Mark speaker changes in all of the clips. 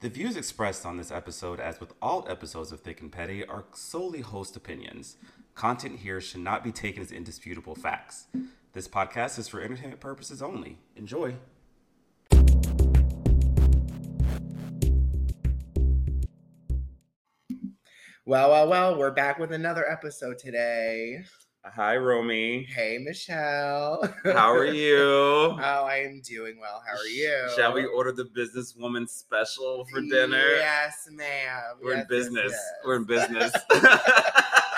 Speaker 1: The views expressed on this episode, as with all episodes of Thick and Petty, are solely host opinions. Content here should not be taken as indisputable facts. This podcast is for entertainment purposes only. Enjoy.
Speaker 2: Well, well, well, we're back with another episode today.
Speaker 1: Hi, Romy.
Speaker 2: Hey, Michelle.
Speaker 1: How are you?
Speaker 2: Oh, I am doing well. How are you?
Speaker 1: Shall we order the businesswoman special for dinner?
Speaker 2: Yes, ma'am.
Speaker 1: We're in
Speaker 2: Yes, yes,
Speaker 1: business.
Speaker 2: yes.
Speaker 1: We're in business.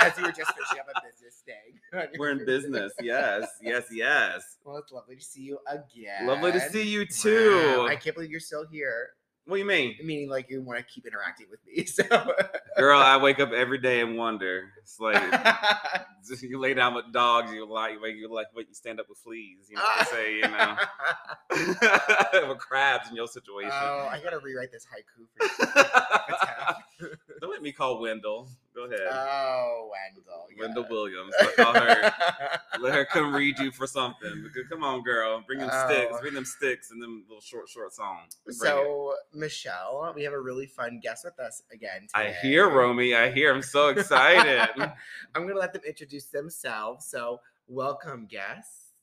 Speaker 2: As you were just finishing up a business day.
Speaker 1: We're in business. Yes, yes, yes.
Speaker 2: Well, it's lovely to see you again.
Speaker 1: Lovely to see you
Speaker 2: Wow,
Speaker 1: too.
Speaker 2: I can't believe you're still here.
Speaker 1: What do you mean?
Speaker 2: Meaning, like, you want to keep interacting with me. So,
Speaker 1: Girl, I wake up every day and wonder. It's like you lay down with dogs, you lie, you wake, you like, wait, you stand up with fleas. You know what they say, you know, with crabs in your situation.
Speaker 2: Oh, I gotta rewrite this haiku for you.
Speaker 1: Don't let me call Wendell. Go ahead,
Speaker 2: oh, Wendell. yeah.
Speaker 1: Wendell Williams. Let's call her. Let her come read you for something. Because, Come on, girl, bring them sticks,
Speaker 2: Oh.
Speaker 1: bring them sticks, and them little short, short songs. Bring it.
Speaker 2: so, Michelle, we have a really fun guest with us again.
Speaker 1: I
Speaker 2: today.
Speaker 1: hear Romy. I hear. I'm so excited.
Speaker 2: I'm gonna let them introduce themselves. So, welcome, guest.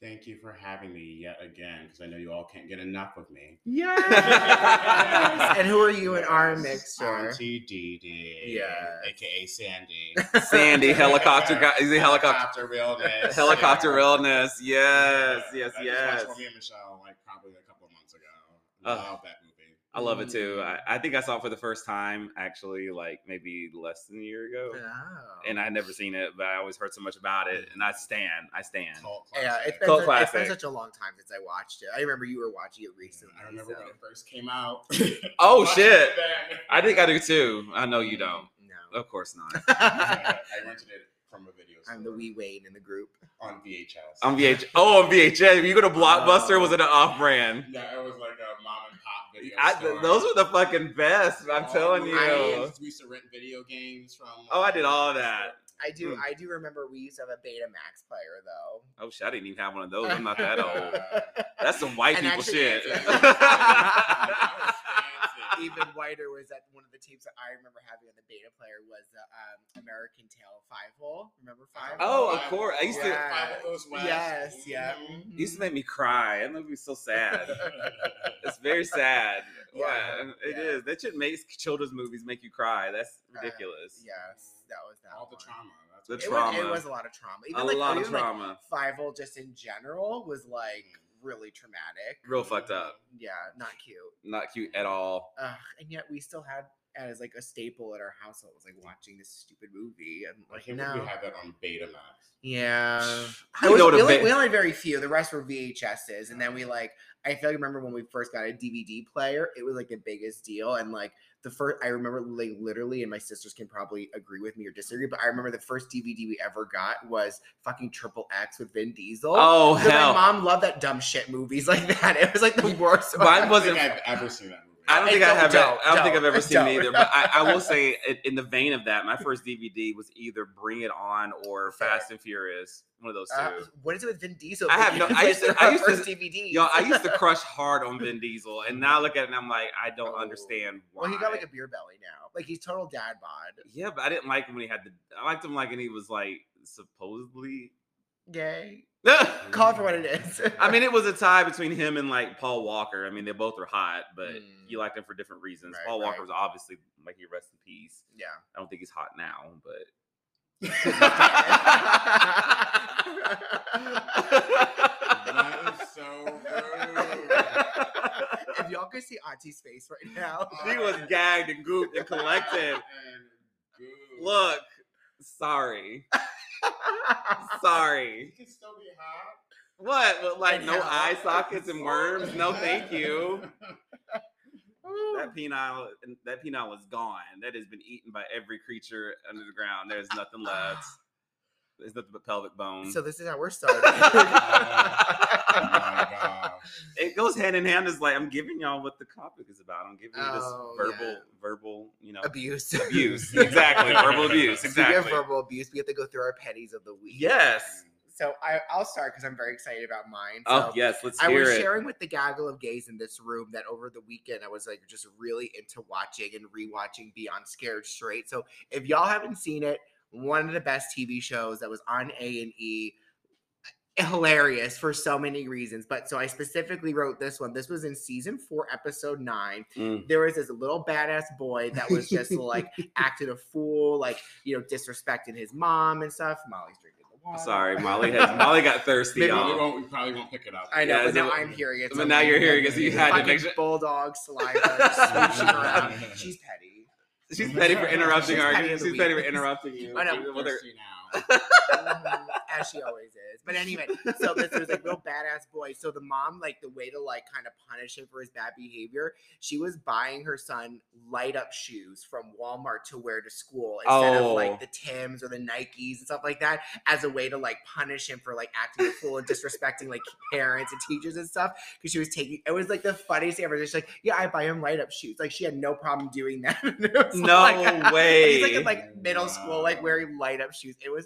Speaker 3: Thank you for having me yet again, because I know you all can't get enough of me.
Speaker 2: Yes. and who are you in our mixture?
Speaker 3: Auntie Dee Dee.
Speaker 2: Yes.
Speaker 3: AKA Sandy.
Speaker 1: Sandy helicopter guy. Is he helicopter?
Speaker 3: Helicopter realness.
Speaker 1: Helicopter
Speaker 3: Yeah.
Speaker 1: realness. Yes,
Speaker 3: Yeah.
Speaker 1: yes,
Speaker 3: I
Speaker 1: yes.
Speaker 3: Just watched me and Michelle like probably a couple of months ago.
Speaker 1: Oh.
Speaker 3: Love that movie.
Speaker 1: I love
Speaker 2: Mm-hmm.
Speaker 1: it too. I, I think I saw it for the first time actually, like maybe less than a year ago.
Speaker 2: Oh.
Speaker 1: And I had never seen it, but I always heard so much about it. And I
Speaker 2: Mm-hmm.
Speaker 1: stand. I stand.
Speaker 3: Cult
Speaker 2: yeah, it's
Speaker 3: classic.
Speaker 2: been,
Speaker 1: Cult
Speaker 2: such, it's been
Speaker 1: classic.
Speaker 2: such a long time since I watched it. I remember you were watching it recently.
Speaker 3: Mm, I remember
Speaker 2: so-
Speaker 3: when it first came out.
Speaker 1: Oh,
Speaker 3: Watched
Speaker 1: shit.
Speaker 3: it then.
Speaker 1: I think I do too. I know you
Speaker 2: Mm-hmm.
Speaker 1: don't.
Speaker 2: No.
Speaker 1: Of course not.
Speaker 3: I rented it from a video
Speaker 2: I'm the
Speaker 3: store
Speaker 2: wee Wayne in the group.
Speaker 3: on VHS.
Speaker 1: On VH. Oh, on VHS. You go to Blockbuster?
Speaker 2: Oh.
Speaker 1: was it an off-brand?
Speaker 3: No, it was like a mom and pop video.
Speaker 1: I,
Speaker 3: store.
Speaker 1: th- those were the fucking best. I'm
Speaker 2: Oh,
Speaker 3: All
Speaker 1: telling
Speaker 3: the
Speaker 1: you.
Speaker 3: games. We used to rent video games from.
Speaker 1: Oh, I did
Speaker 3: uh,
Speaker 1: all that.
Speaker 2: I do.
Speaker 1: Mm.
Speaker 2: I do remember we used to have a Betamax player though.
Speaker 1: Oh shit! I didn't even have one of those. I'm not that old. That's some white
Speaker 2: And
Speaker 1: people
Speaker 2: actually-
Speaker 1: shit.
Speaker 2: That
Speaker 3: Even
Speaker 2: Even whiter was that one of the tapes that I remember having on the beta player was the um, American Tail Five Hole. Remember Five?
Speaker 1: Oh, of
Speaker 2: Hole? Uh,
Speaker 1: course. Mm-hmm. I used to-
Speaker 3: Five O's West.
Speaker 2: Yes, yeah.
Speaker 3: Mhm.
Speaker 1: It used
Speaker 2: Mm-hmm.
Speaker 1: to make me cry. That movie was so sad. It's very sad.
Speaker 2: Yeah,
Speaker 1: Why? It is.
Speaker 2: yeah. Uh,
Speaker 1: That should make children's movies make you cry. That's ridiculous.
Speaker 2: Yes, that was that.
Speaker 3: All the
Speaker 2: one.
Speaker 3: trauma. That's
Speaker 1: The
Speaker 2: It
Speaker 3: what-
Speaker 1: trauma.
Speaker 2: Was, it was a lot of trauma. Even
Speaker 1: A
Speaker 2: like,
Speaker 1: lot of
Speaker 2: even, like,
Speaker 1: trauma. Mm.
Speaker 2: Five Hole just in general was like really traumatic.
Speaker 1: Real fucked up.
Speaker 2: Yeah, not cute.
Speaker 1: Not cute at all.
Speaker 2: Ugh, and yet we still had as like a staple at our household was like watching this stupid movie and
Speaker 3: I
Speaker 2: like
Speaker 3: think
Speaker 2: no.
Speaker 3: we had that on Betamax.
Speaker 2: yeah.
Speaker 1: I
Speaker 2: It was-
Speaker 1: know
Speaker 2: we,
Speaker 1: the
Speaker 2: only,
Speaker 1: ba-
Speaker 2: we only had very few. The rest were VHSs, and then we like I feel like I remember when we first got a DVD player, it was like the biggest deal. And like the first, I remember like literally, and my sisters can probably agree with me or disagree, but I remember the first DVD we ever got was fucking Triple X with Vin Diesel.
Speaker 1: Oh
Speaker 2: 'Cause
Speaker 1: hell!
Speaker 2: My mom loved that dumb shit movies like that. It was like the worst.
Speaker 1: Mine
Speaker 2: one.
Speaker 3: I don't
Speaker 1: wasn't-
Speaker 3: think I've ever seen that movie.
Speaker 1: I don't think I
Speaker 2: Don't-
Speaker 1: have. it.
Speaker 2: don't-
Speaker 1: I don't think I've
Speaker 2: don't,
Speaker 1: ever seen
Speaker 2: don't.
Speaker 1: it either. But I, I will say, in- in the vein of that, my first DVD was either Bring It On or
Speaker 2: Fair.
Speaker 1: Fast and Furious. One of those two.
Speaker 2: Uh, what is it with Vin Diesel?
Speaker 1: I have no- I used to- I used to-
Speaker 2: DVD.
Speaker 1: Yo, I used to crush hard on Vin Diesel, and now I look at it and I'm like, I don't understand why.
Speaker 2: Oh. Well, he got like a beer belly now. Like he's total dad bod.
Speaker 1: yeah, but I didn't like him when he had the. I liked him like, and he was like supposedly.
Speaker 2: Yay.
Speaker 1: I
Speaker 2: Call it for what it is.
Speaker 1: mean, it was a tie between him and like Paul Walker. I mean, they both are hot, but
Speaker 2: Mm.
Speaker 1: you liked him for different reasons.
Speaker 2: Right,
Speaker 1: Paul Walker
Speaker 2: right.
Speaker 1: was obviously like he rest in peace.
Speaker 2: yeah.
Speaker 1: I don't think he's hot now, but
Speaker 3: That is so rude.
Speaker 2: if y'all could see Auntie's face right now,
Speaker 1: she was gagged and gooped and collected.
Speaker 3: And good.
Speaker 1: Look, sorry, sorry.
Speaker 3: You can still be hot.
Speaker 1: What? But like
Speaker 2: And
Speaker 1: no
Speaker 2: how-
Speaker 1: eye sockets and worms? No, thank you.
Speaker 3: Oh
Speaker 1: That
Speaker 2: Ooh.
Speaker 1: penile, that penile was gone. That has been eaten by every creature under the ground. There's nothing left. There's nothing but pelvic bone.
Speaker 2: so this is how we're starting.
Speaker 3: Oh my gosh.
Speaker 1: it goes hand in hand. It's like I'm giving y'all what the topic is about. I'm giving you this
Speaker 2: Oh,
Speaker 1: verbal,
Speaker 2: yeah.
Speaker 1: verbal, you know,
Speaker 2: abuse.
Speaker 1: abuse. exactly, verbal abuse.
Speaker 2: Speaking of
Speaker 1: Exactly.
Speaker 2: verbal abuse, we have to go through our pennies of the week.
Speaker 1: Yes.
Speaker 2: So I, I'll start because I'm very excited about mine. So
Speaker 1: Oh yes, let's
Speaker 2: I
Speaker 1: hear
Speaker 2: was
Speaker 1: it.
Speaker 2: sharing with the gaggle of gays in this room that over the weekend I was like just really into watching and rewatching Beyond Scared Straight. So if y'all haven't seen it, one of the best TV shows that was on A and E, eh, hilarious for so many reasons. But so I specifically wrote this one. This was in season four, episode nine.
Speaker 1: Mm.
Speaker 2: There was this little badass boy that was just like acted a fool, like you know disrespecting his mom and stuff. Molly's drinking the
Speaker 1: I'm
Speaker 2: water.
Speaker 1: sorry, Molly has Molly got thirsty.
Speaker 2: Maybe
Speaker 3: We,
Speaker 1: y'all.
Speaker 3: won't, we probably won't pick it up.
Speaker 2: I know,
Speaker 1: Yeah,
Speaker 2: but
Speaker 1: so-
Speaker 2: now I'm hearing it.
Speaker 1: but now you're hearing it, so you had to
Speaker 2: Fucking
Speaker 1: make sure-
Speaker 2: bulldog saliva swooshing around. She's petty.
Speaker 1: She's petty for interrupting
Speaker 2: She's
Speaker 1: our.
Speaker 2: petty of the
Speaker 1: She's petty for
Speaker 2: week.
Speaker 1: interrupting you.
Speaker 2: I know.
Speaker 1: Even with her-
Speaker 3: Thirsty now.
Speaker 2: Mhm, as she always is. But anyway, so this was like real badass boy. So the mom, like the way to like kind of punish him for his bad behavior, she was buying her son light up shoes from Walmart to wear to school instead of
Speaker 1: Oh.
Speaker 2: like the Tims or the Nikes and stuff like that, as a way to like punish him for like acting a fool and disrespecting like parents and teachers and stuff. Because she was taking it was like the funniest thing ever. She's like, yeah, I buy him light up shoes. Like she had no problem doing that. And it was
Speaker 1: No
Speaker 2: and He's like
Speaker 1: way.
Speaker 2: in like middle school, like
Speaker 3: Wow.
Speaker 2: wearing light up shoes. It was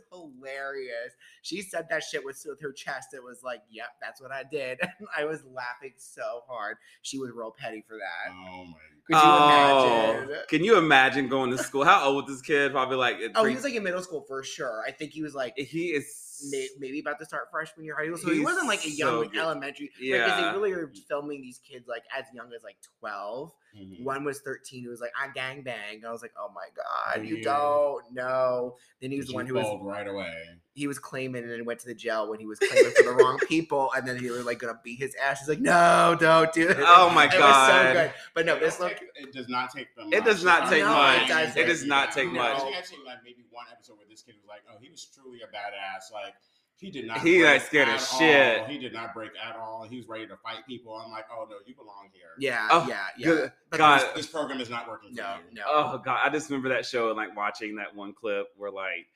Speaker 2: hilarious. She said that shit with, with her chest. It was like, yep, that's what I did. I was laughing so hard. She was real petty for that.
Speaker 3: Oh my
Speaker 2: Could you
Speaker 1: Oh,
Speaker 2: imagine?
Speaker 1: can you imagine going to school? How old was this kid? Probably like at
Speaker 2: Oh, he
Speaker 1: three-
Speaker 2: was like in middle school for sure. I think he was like
Speaker 1: he is
Speaker 2: may, maybe about to start freshman year high school. So he
Speaker 1: He's
Speaker 2: wasn't like a young
Speaker 1: so
Speaker 2: like,
Speaker 1: good.
Speaker 2: elementary. Yeah, because
Speaker 1: Yeah.
Speaker 2: they really are filming these kids like as young as like twelve.
Speaker 3: Mhm.
Speaker 2: One was 13 who was like, I gangbang. I was like, oh my God, you
Speaker 3: Yeah.
Speaker 2: don't know. Then he was
Speaker 3: She
Speaker 2: the one who was
Speaker 3: fold right away.
Speaker 2: he was claiming and went to the jail when he was claiming for the wrong people, and then he was like gonna beat his ass. He's like, no, don't do it.
Speaker 1: Oh my
Speaker 2: it
Speaker 1: God.
Speaker 2: was so good. But no,
Speaker 3: It
Speaker 2: this
Speaker 3: don't
Speaker 2: look.
Speaker 3: take- it does not take them.
Speaker 1: It does not
Speaker 2: take much. It
Speaker 1: does not take
Speaker 2: much.
Speaker 3: There's actually like maybe one episode where this kid was like, "Oh, he was truly a badass. Like he did not.
Speaker 1: He, like,
Speaker 3: break
Speaker 1: scared
Speaker 3: at
Speaker 1: of
Speaker 3: all.
Speaker 1: shit.
Speaker 3: He did not break at all. He was ready to fight people. I'm like, oh no, you belong here.
Speaker 2: Yeah,
Speaker 1: Oh,
Speaker 2: yeah, yeah.
Speaker 1: good
Speaker 2: But
Speaker 1: God.
Speaker 3: This program is not working for
Speaker 2: No,
Speaker 3: you.
Speaker 2: no.
Speaker 1: Oh god, I just remember that show and like watching that one clip where like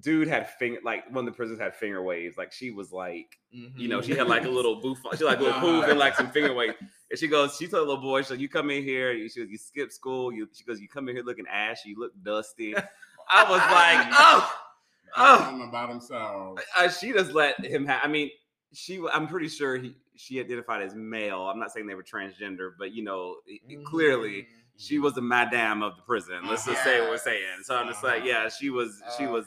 Speaker 1: dude had finger like one of the prisoners had finger waves. Like she was like, you
Speaker 2: Mm-hmm.
Speaker 1: know, she had like a little boof, she had, like a little poof and like some finger waves. And she goes, she told the little boy, she's like, you come in here, you she goes, you skip school, you she goes, you come in here looking ashy, you look dusty. I was like, oh, oh,
Speaker 3: Tell him about himself.
Speaker 1: uh, she just let him have. I mean, she. w- I'm pretty sure he. She identified as male. I'm not saying they were transgender, but you know, i- i- clearly
Speaker 2: Mhm.
Speaker 3: Mm-hmm.
Speaker 1: she was the madame of the prison. Let's just say what we're saying. So I'm just like, yeah, she was. She
Speaker 2: Uh-huh.
Speaker 1: was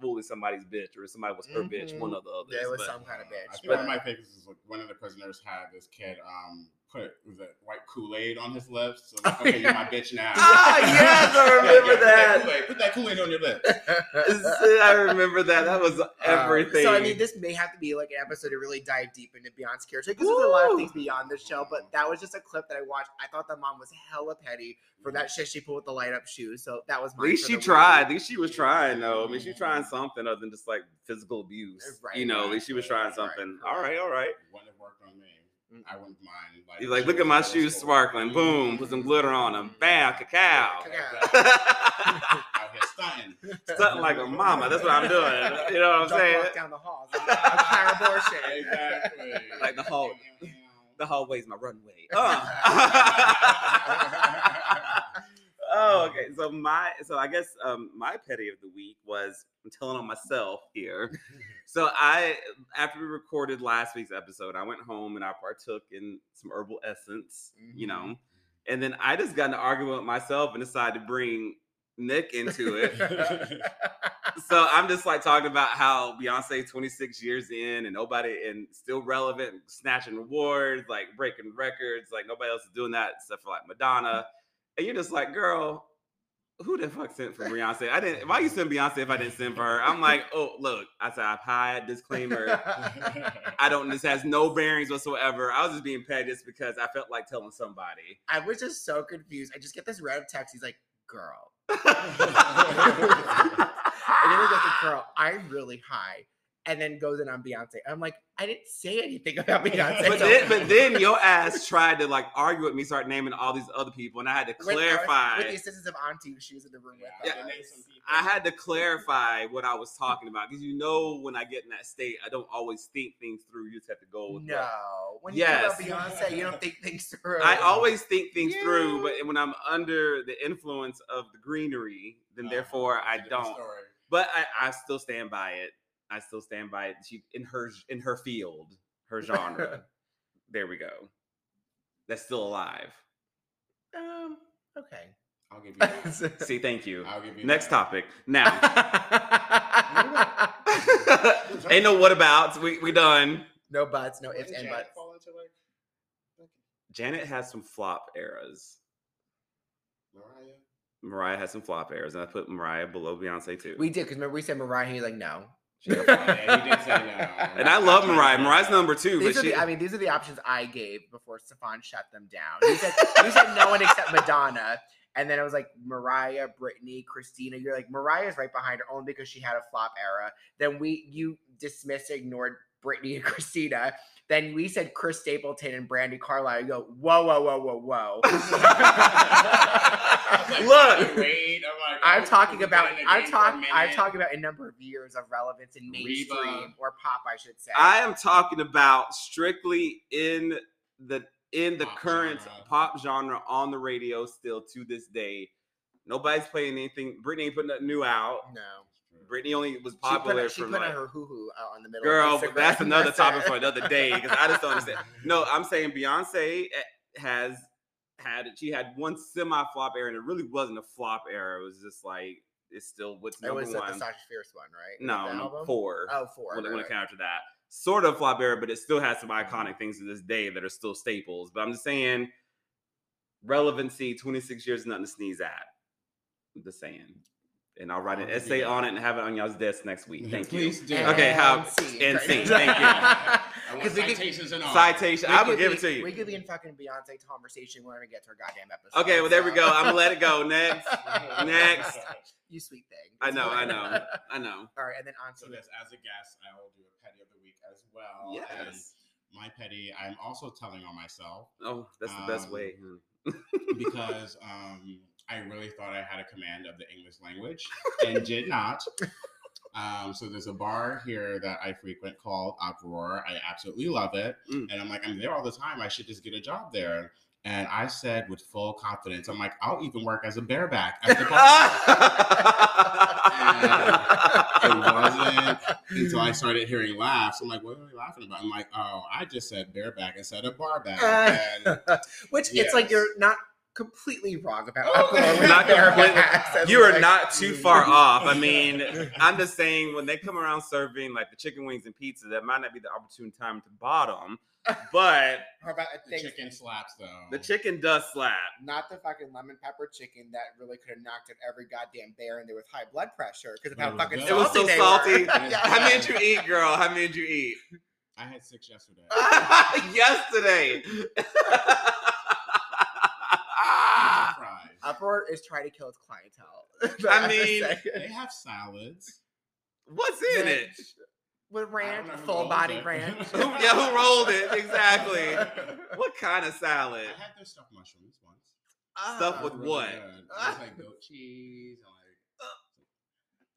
Speaker 1: fully somebody's bitch, or somebody was her bitch. One
Speaker 2: Mhm.
Speaker 1: of the others.
Speaker 2: There was
Speaker 1: but-
Speaker 2: some kind of
Speaker 3: Uh, I
Speaker 2: bitch.
Speaker 3: think one
Speaker 2: But
Speaker 3: of my favorites is like one of the prisoners had this kid um put was it white Kool Aid on his lips. So like, okay, you're my bitch now.
Speaker 1: Ah, yes, I remember
Speaker 3: put
Speaker 1: that.
Speaker 3: Kool-Aid- Put that Kool Aid on your lips.
Speaker 1: I remember that. That was everything.
Speaker 2: Um, So I mean, this may have to be like an episode to really dive deep into Beyond's character because there's a lot
Speaker 1: Woo!
Speaker 2: of things beyond the show. But that was just a clip that I watched. I thought the mom was hella petty for that shit she pulled with the light up shoes. So that was
Speaker 1: at
Speaker 2: mine
Speaker 1: least
Speaker 2: for
Speaker 1: she
Speaker 2: the week.
Speaker 1: tried. At least she was trying, though. I mean, she
Speaker 3: Mhm.
Speaker 1: trying something other than just like physical abuse.
Speaker 2: Right,
Speaker 1: you know, at
Speaker 3: right,
Speaker 1: least she was
Speaker 3: right,
Speaker 1: trying
Speaker 3: right,
Speaker 1: something.
Speaker 2: right.
Speaker 1: all right, all right.
Speaker 3: Wouldn't have worked on me.
Speaker 2: Mm.
Speaker 3: I wouldn't mind. Like,
Speaker 1: He's like, look at my shoes sparkling. Boom, put some glitter on them. Bam,
Speaker 3: Mm.
Speaker 1: cacao.
Speaker 2: Cacao.
Speaker 3: Out here stunting.
Speaker 1: Something like a mama. That's what I'm doing. You know what I'm
Speaker 2: Don't
Speaker 1: saying?
Speaker 2: walk down the hall. It's like a Clara Bow shit.
Speaker 3: Exactly.
Speaker 1: Like the Hulk. The hallway's my runway. Uh. oh, okay. So my, so I guess um, my petty of the week was I'm telling on myself here. So I, after we recorded last week's episode, I went home and I partook in some herbal essence, you know, and then I just got in an argument with myself and decided to bring Nick into it. so I'm just like talking about how Beyonce 26 years in and nobody and still relevant, snatching awards, like breaking records, like nobody else is doing that except for like Madonna. And you're just like, girl, who the fuck sent for Beyonce? I didn't. Why you send Beyonce if I didn't send for her? I'm like, oh look, I said I've high disclaimer. I don't. This has no bearings whatsoever. I was just being petty just because I felt like telling somebody.
Speaker 2: I was just so confused. I just get this random text. He's like, "Girl," and then he goes, like, "Girl, I'm really high," and then goes in on Beyonce. I'm like, I didn't say anything about Beyonce.
Speaker 1: But
Speaker 3: So-
Speaker 1: then, but then your ass tried to like argue with me, start naming all these other people, and I had to
Speaker 2: With- I was-
Speaker 1: clarify.
Speaker 2: with the assistance of Auntie, she was in the room with.
Speaker 3: Yeah,
Speaker 2: us.
Speaker 3: they name some people.
Speaker 1: I had to clarify what I was talking about because you know when I get in that state, I don't always think things through. You just have to go with what-
Speaker 2: No, when you talk about
Speaker 3: Yes.
Speaker 2: Beyonce, you don't think things through.
Speaker 1: I always think things through,
Speaker 2: Yeah.
Speaker 1: but when I'm under the influence of the greenery, then
Speaker 3: Uh,
Speaker 1: therefore
Speaker 3: it's a
Speaker 1: I
Speaker 3: different
Speaker 1: don't.
Speaker 3: story.
Speaker 1: But I, I still stand by it. I still stand by it. She in her in her field, her genre. there we go. That's still alive.
Speaker 2: Um. Okay.
Speaker 3: I'll give you that.
Speaker 1: See, thank you.
Speaker 3: I'll give you
Speaker 1: Next
Speaker 3: that.
Speaker 1: topic. Now, ain't no what abouts. We we done.
Speaker 2: no buts, no ifs
Speaker 3: Wouldn't
Speaker 2: and
Speaker 3: Janet
Speaker 2: buts.
Speaker 3: fall into, like, like,
Speaker 1: Janet has some flop eras.
Speaker 3: Mariah?
Speaker 1: Mariah has some flop eras, and I put Mariah below Beyonce too.
Speaker 2: We did because remember we said Mariah. He was like, no.
Speaker 1: She got flop.
Speaker 3: Yeah, he did say no.
Speaker 1: and I love
Speaker 3: I'm not
Speaker 1: Mariah.
Speaker 3: sure.
Speaker 1: Mariah's number two,
Speaker 2: These
Speaker 1: but
Speaker 2: are
Speaker 1: she.
Speaker 2: the, I mean, these are the options I gave before Stefan shut them down. You said, you said no one except Madonna. And then I was like, Mariah, Britney, Christina. You're like, Mariah's right behind her only because she had a flop era. Then we, you dismissed, ignored Britney and Christina. Then we said Chris Stapleton and Brandy Carlisle. You go, whoa, whoa, whoa, whoa, whoa.
Speaker 3: I was like,
Speaker 1: Look.
Speaker 3: Wait, I'm, like,
Speaker 2: I'm
Speaker 3: oh,
Speaker 2: talking
Speaker 3: we've
Speaker 2: about
Speaker 3: been in the
Speaker 2: I'm
Speaker 3: game for a
Speaker 2: talking I'm
Speaker 3: minute.
Speaker 2: talking about a number of years of relevance in mainstream
Speaker 3: Reba.
Speaker 2: or pop, I should say.
Speaker 1: I am talking about strictly in the in the
Speaker 3: Pop
Speaker 1: current
Speaker 3: genre.
Speaker 1: pop genre on the radio still to this day. Nobody's playing anything. Britney ain't putting nothing new out.
Speaker 2: no.
Speaker 1: Britney only was
Speaker 2: She put,
Speaker 1: popular
Speaker 2: she
Speaker 1: from
Speaker 2: put
Speaker 1: like,
Speaker 2: her hoo hoo out on the middle.
Speaker 1: girl.
Speaker 2: of
Speaker 1: But
Speaker 2: Instagram.
Speaker 1: that's another topic
Speaker 2: it.
Speaker 1: for another day because I just don't understand. No, I'm saying Beyonce eh, has had she had one semi flop era, and it really wasn't a flop era. It was just like it's still what's
Speaker 2: It
Speaker 1: number
Speaker 2: was the
Speaker 1: one.
Speaker 2: Sasha Fierce one, right? Was
Speaker 1: no,
Speaker 2: that the
Speaker 1: no,
Speaker 2: album?
Speaker 1: four
Speaker 2: Oh, four.
Speaker 1: when,
Speaker 2: right,
Speaker 1: when it
Speaker 2: right.
Speaker 1: came after that. Sort of flop era, but it still has some
Speaker 2: Mm-hmm.
Speaker 1: iconic things to this day that are still staples. But I'm just saying, relevancy, 26 years, nothing to sneeze at. I'm just saying. And I'll write an
Speaker 3: I'll give you
Speaker 1: essay
Speaker 3: that.
Speaker 1: on it and have it on y'all's desk next week. Thank you.
Speaker 3: Please do.
Speaker 1: Okay, how-
Speaker 2: And scene.
Speaker 1: and scene,
Speaker 3: thank you. I want
Speaker 2: Because we could-
Speaker 3: citations and all.
Speaker 1: Citation. I
Speaker 2: we
Speaker 1: would
Speaker 2: could
Speaker 1: give
Speaker 2: be-
Speaker 1: it to you.
Speaker 2: We could be in fucking Beyonce conversation whenever we get to her goddamn episode.
Speaker 1: Okay, well, there we
Speaker 2: so-
Speaker 1: go. I'm going to let it go. Next. Next.
Speaker 2: you sweet thing.
Speaker 1: I know, I know, I know.
Speaker 2: All right, and then on
Speaker 3: So
Speaker 2: to
Speaker 3: this, as a guest, I will do a petty of the week as well.
Speaker 1: Yes.
Speaker 3: And my petty, I'm also telling on myself
Speaker 1: Oh, that's the best
Speaker 3: Um,
Speaker 1: way. honey.
Speaker 3: because um, I really thought I had a command of the English language and did not. Um, so there's a bar here that I frequent called Uproar. I absolutely love it.
Speaker 1: Mm.
Speaker 3: And I'm like, I'm there all the time. I should just get a job there. And I said with full confidence, I'm like, I'll even work as a bareback at the bar. it wasn't until I started hearing laughs. I'm like, what are they laughing about? I'm like, oh, I just said bareback instead of barback. And
Speaker 2: which it's like
Speaker 3: Yes.
Speaker 2: you're not completely wrong about.
Speaker 3: Oh,
Speaker 2: alcohol. We're
Speaker 1: not
Speaker 2: there about
Speaker 1: completely-
Speaker 2: access,
Speaker 1: you are
Speaker 2: like-
Speaker 1: not too far off. I mean, I'm just saying when they come around serving like the chicken wings and pizza, that might not be the opportune time to bottom, but
Speaker 2: How about a
Speaker 3: the
Speaker 2: thing?
Speaker 3: chicken slaps though.
Speaker 1: the chicken does slap.
Speaker 2: Not the fucking lemon pepper chicken that really could have knocked out every goddamn bear in there with high blood pressure because of
Speaker 3: But it
Speaker 2: how
Speaker 3: was
Speaker 2: fucking
Speaker 3: good.
Speaker 2: salty
Speaker 3: It was
Speaker 1: so
Speaker 2: they
Speaker 1: salty.
Speaker 2: Were.
Speaker 1: How many did you eat, girl? How many did you eat?
Speaker 3: I had six yesterday.
Speaker 1: Yesterday.
Speaker 3: These are fries.
Speaker 2: Uproar is trying to kill its clientele.
Speaker 1: I
Speaker 2: I'm just
Speaker 1: mean,
Speaker 2: saying.
Speaker 3: They have salads.
Speaker 1: What's in it?
Speaker 2: with ranch,
Speaker 3: know who
Speaker 2: full
Speaker 3: owns
Speaker 2: body
Speaker 3: it.
Speaker 2: ranch.
Speaker 1: Who, yeah, who rolled it? Exactly. What kind of
Speaker 3: I
Speaker 1: salad?
Speaker 3: had their stuffed mushrooms once.
Speaker 1: Stuff
Speaker 3: They
Speaker 1: with
Speaker 3: were really
Speaker 1: what?
Speaker 3: good. It was like goat cheese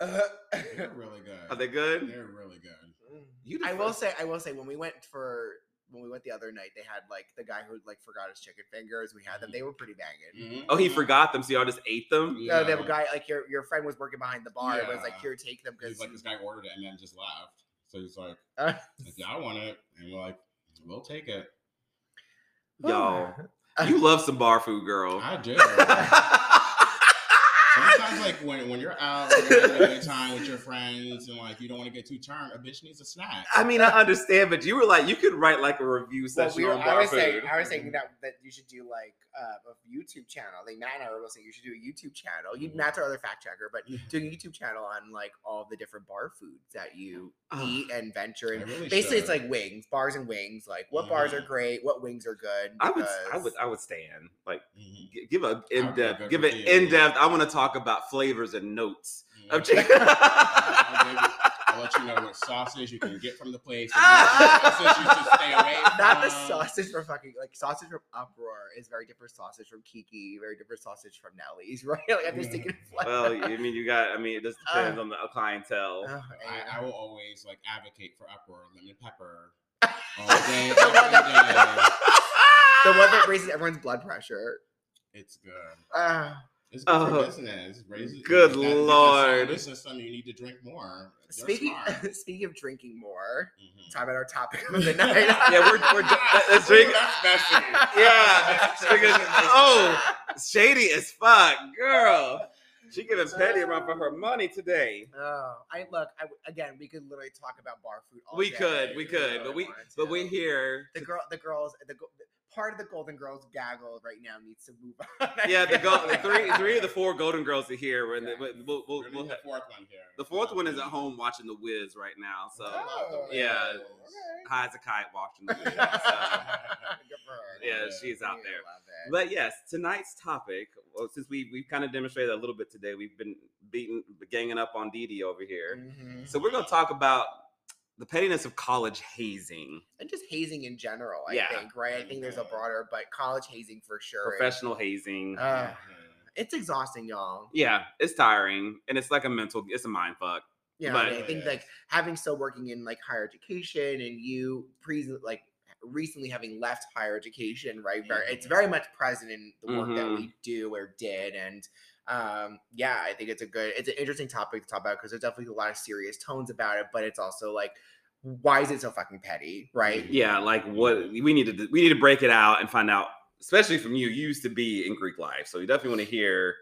Speaker 3: and
Speaker 2: Uh,
Speaker 3: like they were really good.
Speaker 1: Are they good?
Speaker 3: They're really good.
Speaker 1: You
Speaker 2: I
Speaker 1: the
Speaker 2: will
Speaker 1: first-
Speaker 2: say, I will say, when we went for when we went the other night, they had like the guy who like forgot his chicken fingers. We had them; they were pretty banging.
Speaker 3: Mm-hmm.
Speaker 1: Oh, he forgot them, so y'all just ate them.
Speaker 2: No, Oh, they have a guy like your your friend was working behind the bar. and was like,
Speaker 3: Yeah.
Speaker 2: here, take them because
Speaker 3: Because like this guy ordered it and then just left. So he's like,
Speaker 2: Uh.
Speaker 3: if y'all want it, and we're like, we'll take it.
Speaker 1: Y'all, you love some bar food, girl.
Speaker 3: I do.
Speaker 1: I
Speaker 3: Sometimes like when, when you're out, when you're having a good time with your friends, and like you don't want to get too turned, a bitch needs a snack.
Speaker 1: mean, I understand, but you were like, you could write like a review
Speaker 2: Well,
Speaker 1: session
Speaker 2: we were,
Speaker 1: on
Speaker 2: I
Speaker 1: bar
Speaker 2: was
Speaker 1: food.
Speaker 2: saying, I was thinking that that you should do like uh, a YouTube channel. Like Matt and I were both saying you should do a YouTube channel. You, Matt's our other fact checker, but doing a YouTube channel on like all the different bar foods that you
Speaker 1: Ah.
Speaker 2: eat and venture
Speaker 3: I
Speaker 2: in.
Speaker 3: really
Speaker 2: Basically, it's
Speaker 3: should.
Speaker 2: like wings, bars and wings. Like what bars are
Speaker 3: Mhm.
Speaker 2: great, what wings are good.
Speaker 1: I would, I
Speaker 2: because-
Speaker 1: would, I would stand like
Speaker 3: Mhm.
Speaker 1: g- give a in depth,
Speaker 3: good
Speaker 1: give an
Speaker 3: review.
Speaker 1: in depth. I want to talk about flavors and notes of
Speaker 3: Yeah.
Speaker 1: chicken.
Speaker 3: I'll let you know what sauces you can get from the place. And what sauces you should stay away from.
Speaker 2: Not the sausage from fucking like sausage from Uproar is very different sausage from Kiki, very different sausage from Nelly's, right? Like I'm just
Speaker 3: Yeah.
Speaker 2: thinking of like,
Speaker 1: well, I mean, you got. I mean, it just
Speaker 2: Uh.
Speaker 1: depends on the uh, clientele.
Speaker 2: oh,
Speaker 3: I, I
Speaker 2: yeah.
Speaker 3: will always like advocate for uproar, lemon pepper, all day, every
Speaker 2: The one
Speaker 3: day.
Speaker 2: Uh. the one that raises everyone's blood pressure.
Speaker 3: It's good.
Speaker 2: Uh,
Speaker 3: It's good
Speaker 1: Oh.
Speaker 3: for business. Raises,
Speaker 1: Good
Speaker 3: that- that business
Speaker 1: Lord.
Speaker 3: Honor system, you need to drink more. They're
Speaker 2: Speaking
Speaker 3: smart.
Speaker 2: speaking of drinking more,
Speaker 3: Mhm.
Speaker 2: time about our topic of the night.
Speaker 1: Yeah, we're- we're- let's drink-
Speaker 3: Ooh, that's messy.
Speaker 1: Yeah,
Speaker 3: That's
Speaker 1: because
Speaker 3: messy.
Speaker 1: oh, shady as fuck, girl. She giving Petty a run for her money today.
Speaker 2: Oh, I look. I, again, we could literally talk about bar food. All
Speaker 1: We
Speaker 2: day
Speaker 1: could, we
Speaker 2: if
Speaker 1: could,
Speaker 2: really
Speaker 1: but we,
Speaker 2: wanted
Speaker 1: but
Speaker 2: to.
Speaker 1: we're here.
Speaker 2: The girl, the girls, the go- part of the Golden Girls gaggle right now needs to move on.
Speaker 1: Yeah, the, go, the three, three of the four Golden Girls are here. We're in the,
Speaker 2: Yeah.
Speaker 1: we'll, we'll,
Speaker 3: We're gonna
Speaker 1: we'll
Speaker 3: need
Speaker 1: have,
Speaker 3: the fourth one here. Mm-hmm.
Speaker 1: the fourth one is at home watching The Wiz right now, so
Speaker 2: Oh,
Speaker 1: yeah.
Speaker 2: okay.
Speaker 1: high as a kite watching The Wiz. so.
Speaker 2: Good for her.
Speaker 1: Yeah,
Speaker 3: Yeah.
Speaker 1: she's out
Speaker 2: We
Speaker 1: there.
Speaker 2: love it.
Speaker 1: But yes, tonight's topic, well, since we we've kind of demonstrated a little bit today, we've been beating ganging up on Dee Dee over here.
Speaker 2: Mhm.
Speaker 1: So we're gonna talk about the pettiness of college hazing,
Speaker 2: and just hazing in general. I
Speaker 1: Yeah.
Speaker 2: think right. I think there's a broader, but college hazing for sure. is-
Speaker 1: professional hazing.
Speaker 2: Uh, it's exhausting, y'all.
Speaker 1: yeah, it's tiring and it's like a mental, it's a mind fuck.
Speaker 2: Yeah,
Speaker 1: But-
Speaker 2: and I think like having still working in like higher education and you pre like recently having left higher education, right? Very, It's
Speaker 3: Mhm.
Speaker 2: very much present in the work
Speaker 1: Mhm.
Speaker 2: that we do or did, and um, yeah, I think it's a good, it's an interesting topic to talk about because there's definitely a lot of serious tones about it, but it's also like, why is it so fucking petty, right?
Speaker 1: Yeah, like what we need to do- we need to break it out and find out, especially from you. You used to be in Greek life, so you definitely want to hear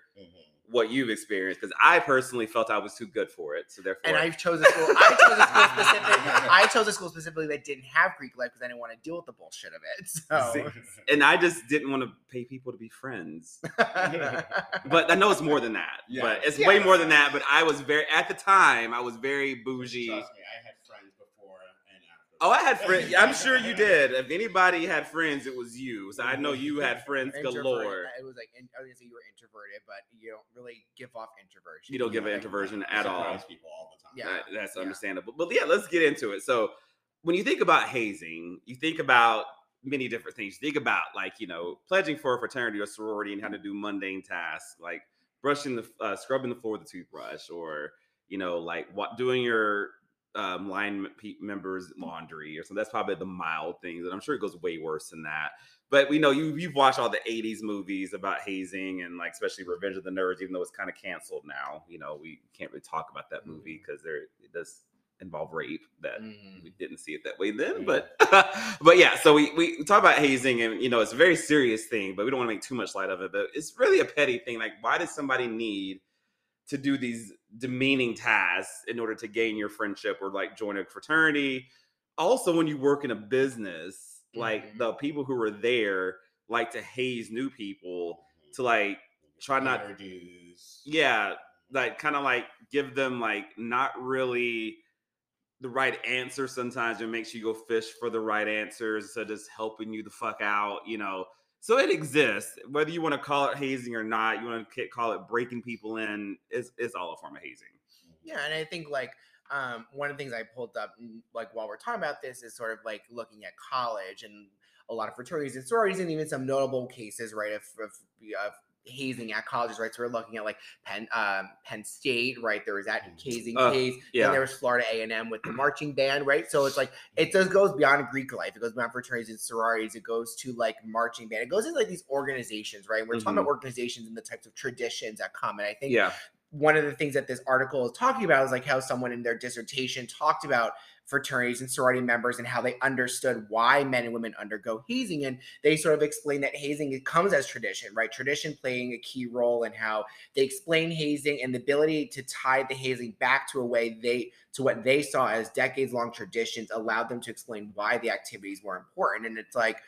Speaker 1: what you've experienced because I personally felt I was too good for it. So therefore,
Speaker 2: And I chose a school. I chose a school specifically. I chose a school specifically that didn't have Greek life because I didn't want to deal with the bullshit of it.
Speaker 1: Oh.
Speaker 3: Mm-hmm.
Speaker 2: So,
Speaker 1: and I just didn't want to pay people to be friends. but I know it's more than that.
Speaker 3: Yeah.
Speaker 1: But it's
Speaker 2: Yeah.
Speaker 1: way more than that. But I was very at the time I was very bougie.
Speaker 3: Trust me, I had friends before and after.
Speaker 1: Oh, I had friends. I'm sure you did. If anybody had friends, it was you. So I know you had friends
Speaker 2: introverted.
Speaker 1: galore.
Speaker 2: It was like in, I was gonna say you were introverted, but you don't really give off introversion.
Speaker 1: You don't give an
Speaker 2: Like,
Speaker 1: introversion at all.
Speaker 3: Surprise people all the
Speaker 2: Yeah.
Speaker 3: time.
Speaker 1: That- that's
Speaker 2: Yeah.
Speaker 1: understandable. But yeah, let's get into it. So when you think about hazing, you think about many different things. You think about like you know pledging for a fraternity or sorority and how to do mundane tasks like brushing the uh, scrubbing the floor with a toothbrush or you know like what doing your um, line m- pe- members laundry or something. That's probably the mild things, and I'm sure it goes way worse than that. But we know you you've watched all the '80s movies about hazing and like especially Revenge of the Nerds, even though it's kind of canceled now. You know we can't really talk about that movie because there it does involve rape that
Speaker 2: Mhm.
Speaker 1: we didn't see it that way then
Speaker 3: Mm.
Speaker 1: but but yeah so we, we talk about hazing and you know it's a very serious thing but we don't want to make too much light of it but it's really a petty thing like why does somebody need to do these demeaning tasks in order to gain your friendship or like join a fraternity also when you work in a business like
Speaker 2: Mhm.
Speaker 1: the people who are there like to haze new people to like try not-
Speaker 3: Water dues.
Speaker 1: yeah like kind of like give them like not really the right answer sometimes and makes you go fish for the right answers so just helping you the fuck out you know so it exists whether you want to call it hazing or not you want to call it breaking people in it's, it's all a form of hazing
Speaker 2: Yeah, and I think like um, one of the things I pulled up n- like while we're talking about this is sort of like looking at college and a lot of fraternities and sororities and even some notable cases right of, of, of hazing at colleges right. So we're looking at like Penn um, Penn State right. There was that hazing
Speaker 1: Uh,
Speaker 2: case.
Speaker 1: yeah.
Speaker 2: Then there was Florida A and M with the marching band right. So it's like it just goes beyond Greek life. It goes beyond fraternities and sororities. It goes to like marching band. It goes into like these organizations right. We're talking
Speaker 1: Mhm.
Speaker 2: about organizations and the types of traditions that come. And I think
Speaker 1: yeah
Speaker 2: one of the things that this article is talking about is like how someone in their dissertation talked about fraternities and sorority members and how they understood why men and women undergo hazing and they sort of explained that hazing it comes as tradition right tradition playing a key role in how they explain hazing and the ability to tie the hazing back to a way they to what they saw as decades long traditions allowed them to explain why the activities were important and it's like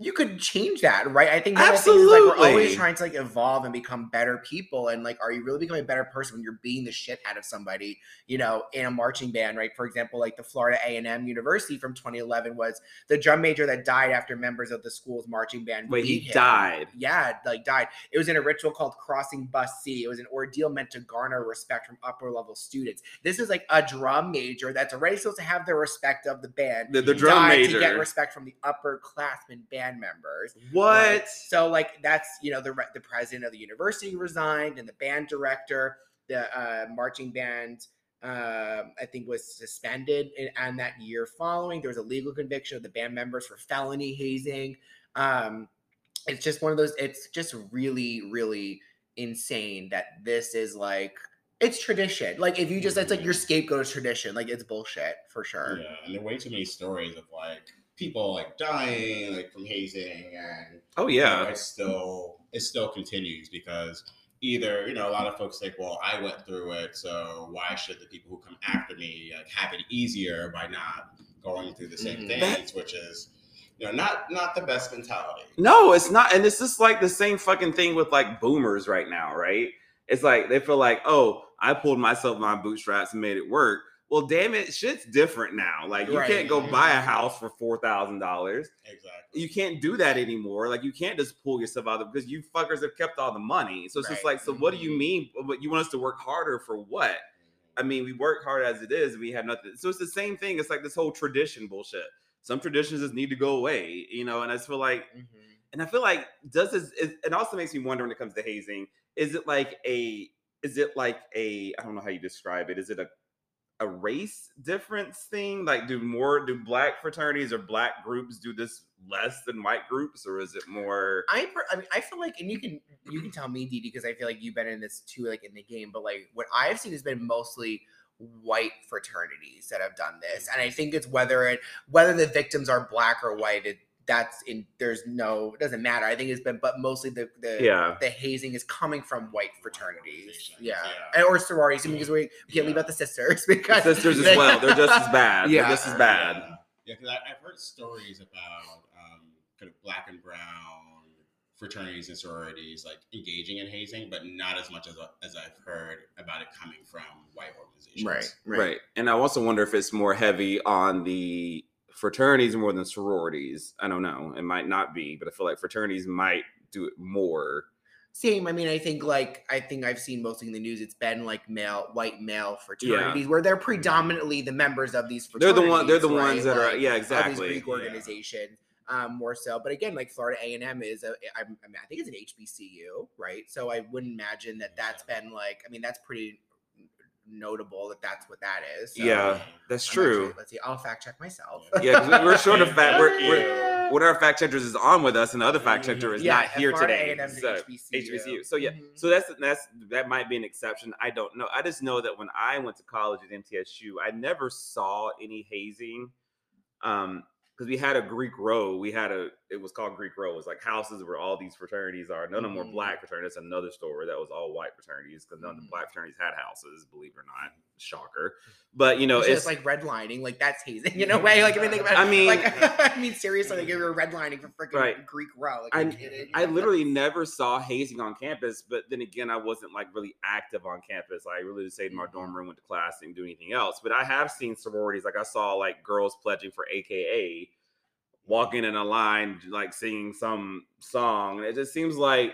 Speaker 2: you could change that, right? I think one of the things is, like we're
Speaker 1: Absolutely.
Speaker 2: always trying to like evolve and become better people. And like, are you really becoming a better person when you're beating the shit out of somebody, you know, in a marching band, right? For example, like the Florida A&M University from 2011 was the drum major that died after members of the school's marching band.
Speaker 1: wait he
Speaker 2: beat him.
Speaker 1: died
Speaker 2: Yeah, like died. It was in a ritual called Crossing Bus C. It was an ordeal meant to garner respect from upper level students. This is like a drum major that's already supposed to have the respect of the band.
Speaker 1: the, the
Speaker 3: He
Speaker 1: drum
Speaker 2: died
Speaker 1: major
Speaker 2: to get respect from the upperclassmen band members.
Speaker 1: what
Speaker 2: Right. So like that's you know the re- the president of the university resigned and the band director, the uh, marching band uh, I think was suspended and, and that year following there was a legal conviction of the band members for felony hazing. Um, it's just one of those. It's just really really insane that this is like it's tradition. Like if you just it's like your scapegoat is tradition. Like it's bullshit for sure.
Speaker 3: Yeah, and there are way too many stories of like people like dying like from hazing and
Speaker 1: Oh
Speaker 3: you
Speaker 1: yeah.
Speaker 3: know, it's still it still continues because either you know a lot of folks think well I went through it so why should the people who come after me like, have it easier by not going through the same
Speaker 2: Mhm.
Speaker 1: Mm-hmm.
Speaker 3: things which is you know not not the best mentality
Speaker 1: No, it's not. And it's just like the same fucking thing with like boomers right now, right? It's like they feel like, oh, I pulled myself my bootstraps and made it work. Well, damn it, shit's different now. Like you
Speaker 2: Right.
Speaker 1: can't go buy a house for four thousand dollars.
Speaker 3: exactly
Speaker 1: You can't do that anymore. Like you can't just pull yourself out of because you fuckers have kept all the money. So it's just
Speaker 2: Right. Mm-hmm.
Speaker 1: like, so what do you mean? But you want us to work harder for what? I mean, we work hard as it is. We have nothing. So it's the same thing. It's like this whole tradition bullshit. Some traditions just need to go away, you know. And I just feel like
Speaker 2: Mm-hmm.
Speaker 1: and I feel like does this is, it also makes me wonder when it comes to hazing, is it like a is it like a I don't know how you describe it, is it a a race difference thing? Like do more do black fraternities or black groups do this less than white groups or is it more
Speaker 2: I, per- I mean, I feel like, and you can you can tell me, Didi, because I feel like you've been in this too, like in the game. But like what I've seen has been mostly white fraternities that have done this, and I think it's whether it whether the victims are black or white. It, that's in there's no it doesn't matter. I think it's been, but mostly the the
Speaker 1: yeah.
Speaker 2: the hazing is coming from white fraternities,
Speaker 3: organizations,
Speaker 2: yeah,
Speaker 3: yeah.
Speaker 2: And- or sororities. I mean, because we, we can't leave
Speaker 3: Yeah.
Speaker 2: out the sisters because
Speaker 1: sisters
Speaker 2: they-
Speaker 1: as well. They're just as bad.
Speaker 2: Yeah.
Speaker 1: They're just as bad.
Speaker 3: Yeah, because I've heard stories about um, kind of black and brown fraternities and sororities like engaging in hazing, but not as much as, as I've heard about it coming from white organizations.
Speaker 2: right,
Speaker 1: Right.
Speaker 2: right,
Speaker 1: And I also wonder if it's more heavy on the fraternities more than sororities. I don't know. It might not be, but I feel like fraternities might do it more.
Speaker 2: Same. I mean, I think like I think I've seen mostly in the news. It's been like male, white male fraternities where they're predominantly the members of these.
Speaker 1: Mm-hmm. They're
Speaker 2: Fraternities,
Speaker 1: the one. They're the
Speaker 2: right?
Speaker 1: ones that are.
Speaker 2: Like,
Speaker 1: Yeah,
Speaker 2: Of these
Speaker 1: exactly.
Speaker 2: Greek
Speaker 3: yeah.
Speaker 2: organization, um, more so. But again, like Florida A and M is a. I, I mean, I think it's an HBCU, right? So I wouldn't imagine that that's been like. I mean, that's pretty notable that that's what that is. So
Speaker 1: Yeah,
Speaker 2: I'm
Speaker 1: Yeah. That's
Speaker 2: not
Speaker 1: true.
Speaker 2: sure. Let's see. I'll fact check myself.
Speaker 1: Yeah, 'cause we're short of fact. We're,
Speaker 3: Yeah.
Speaker 1: we're one of our fact checkers is on with us, and the other fact checker is not here
Speaker 2: Florida
Speaker 1: today.
Speaker 2: A&M is
Speaker 1: So,
Speaker 2: HBCU.
Speaker 1: HBCU. So, yeah.
Speaker 2: Mhm.
Speaker 1: so that's that's that might be an exception. I don't know. I just know that when I went to college at MTSU, I never saw any hazing. Um, because we had a Greek row. We had a it was called Greek row. It was like houses where all these fraternities are. None of them were
Speaker 2: Mhm.
Speaker 1: black fraternities. That's Another story that was all white fraternities because none of the
Speaker 2: Mhm.
Speaker 1: black fraternities had houses. Believe it or not, shocker. But you know,
Speaker 2: Which
Speaker 1: it's
Speaker 2: is like redlining, like that's hazing in a way. Like if you think about it,
Speaker 1: I mean-
Speaker 2: like, I mean, seriously, like if you're redlining for freaking
Speaker 1: Right.
Speaker 2: Greek row, like
Speaker 1: I-
Speaker 2: you're kidding.
Speaker 1: I literally never saw hazing on campus, but then again, I wasn't like really active on campus. I really just stayed in my dorm room, went to class, didn't do anything else. But I have seen sororities, like I saw like girls pledging for AKA, walking in a line, like singing some song. And it just seems like,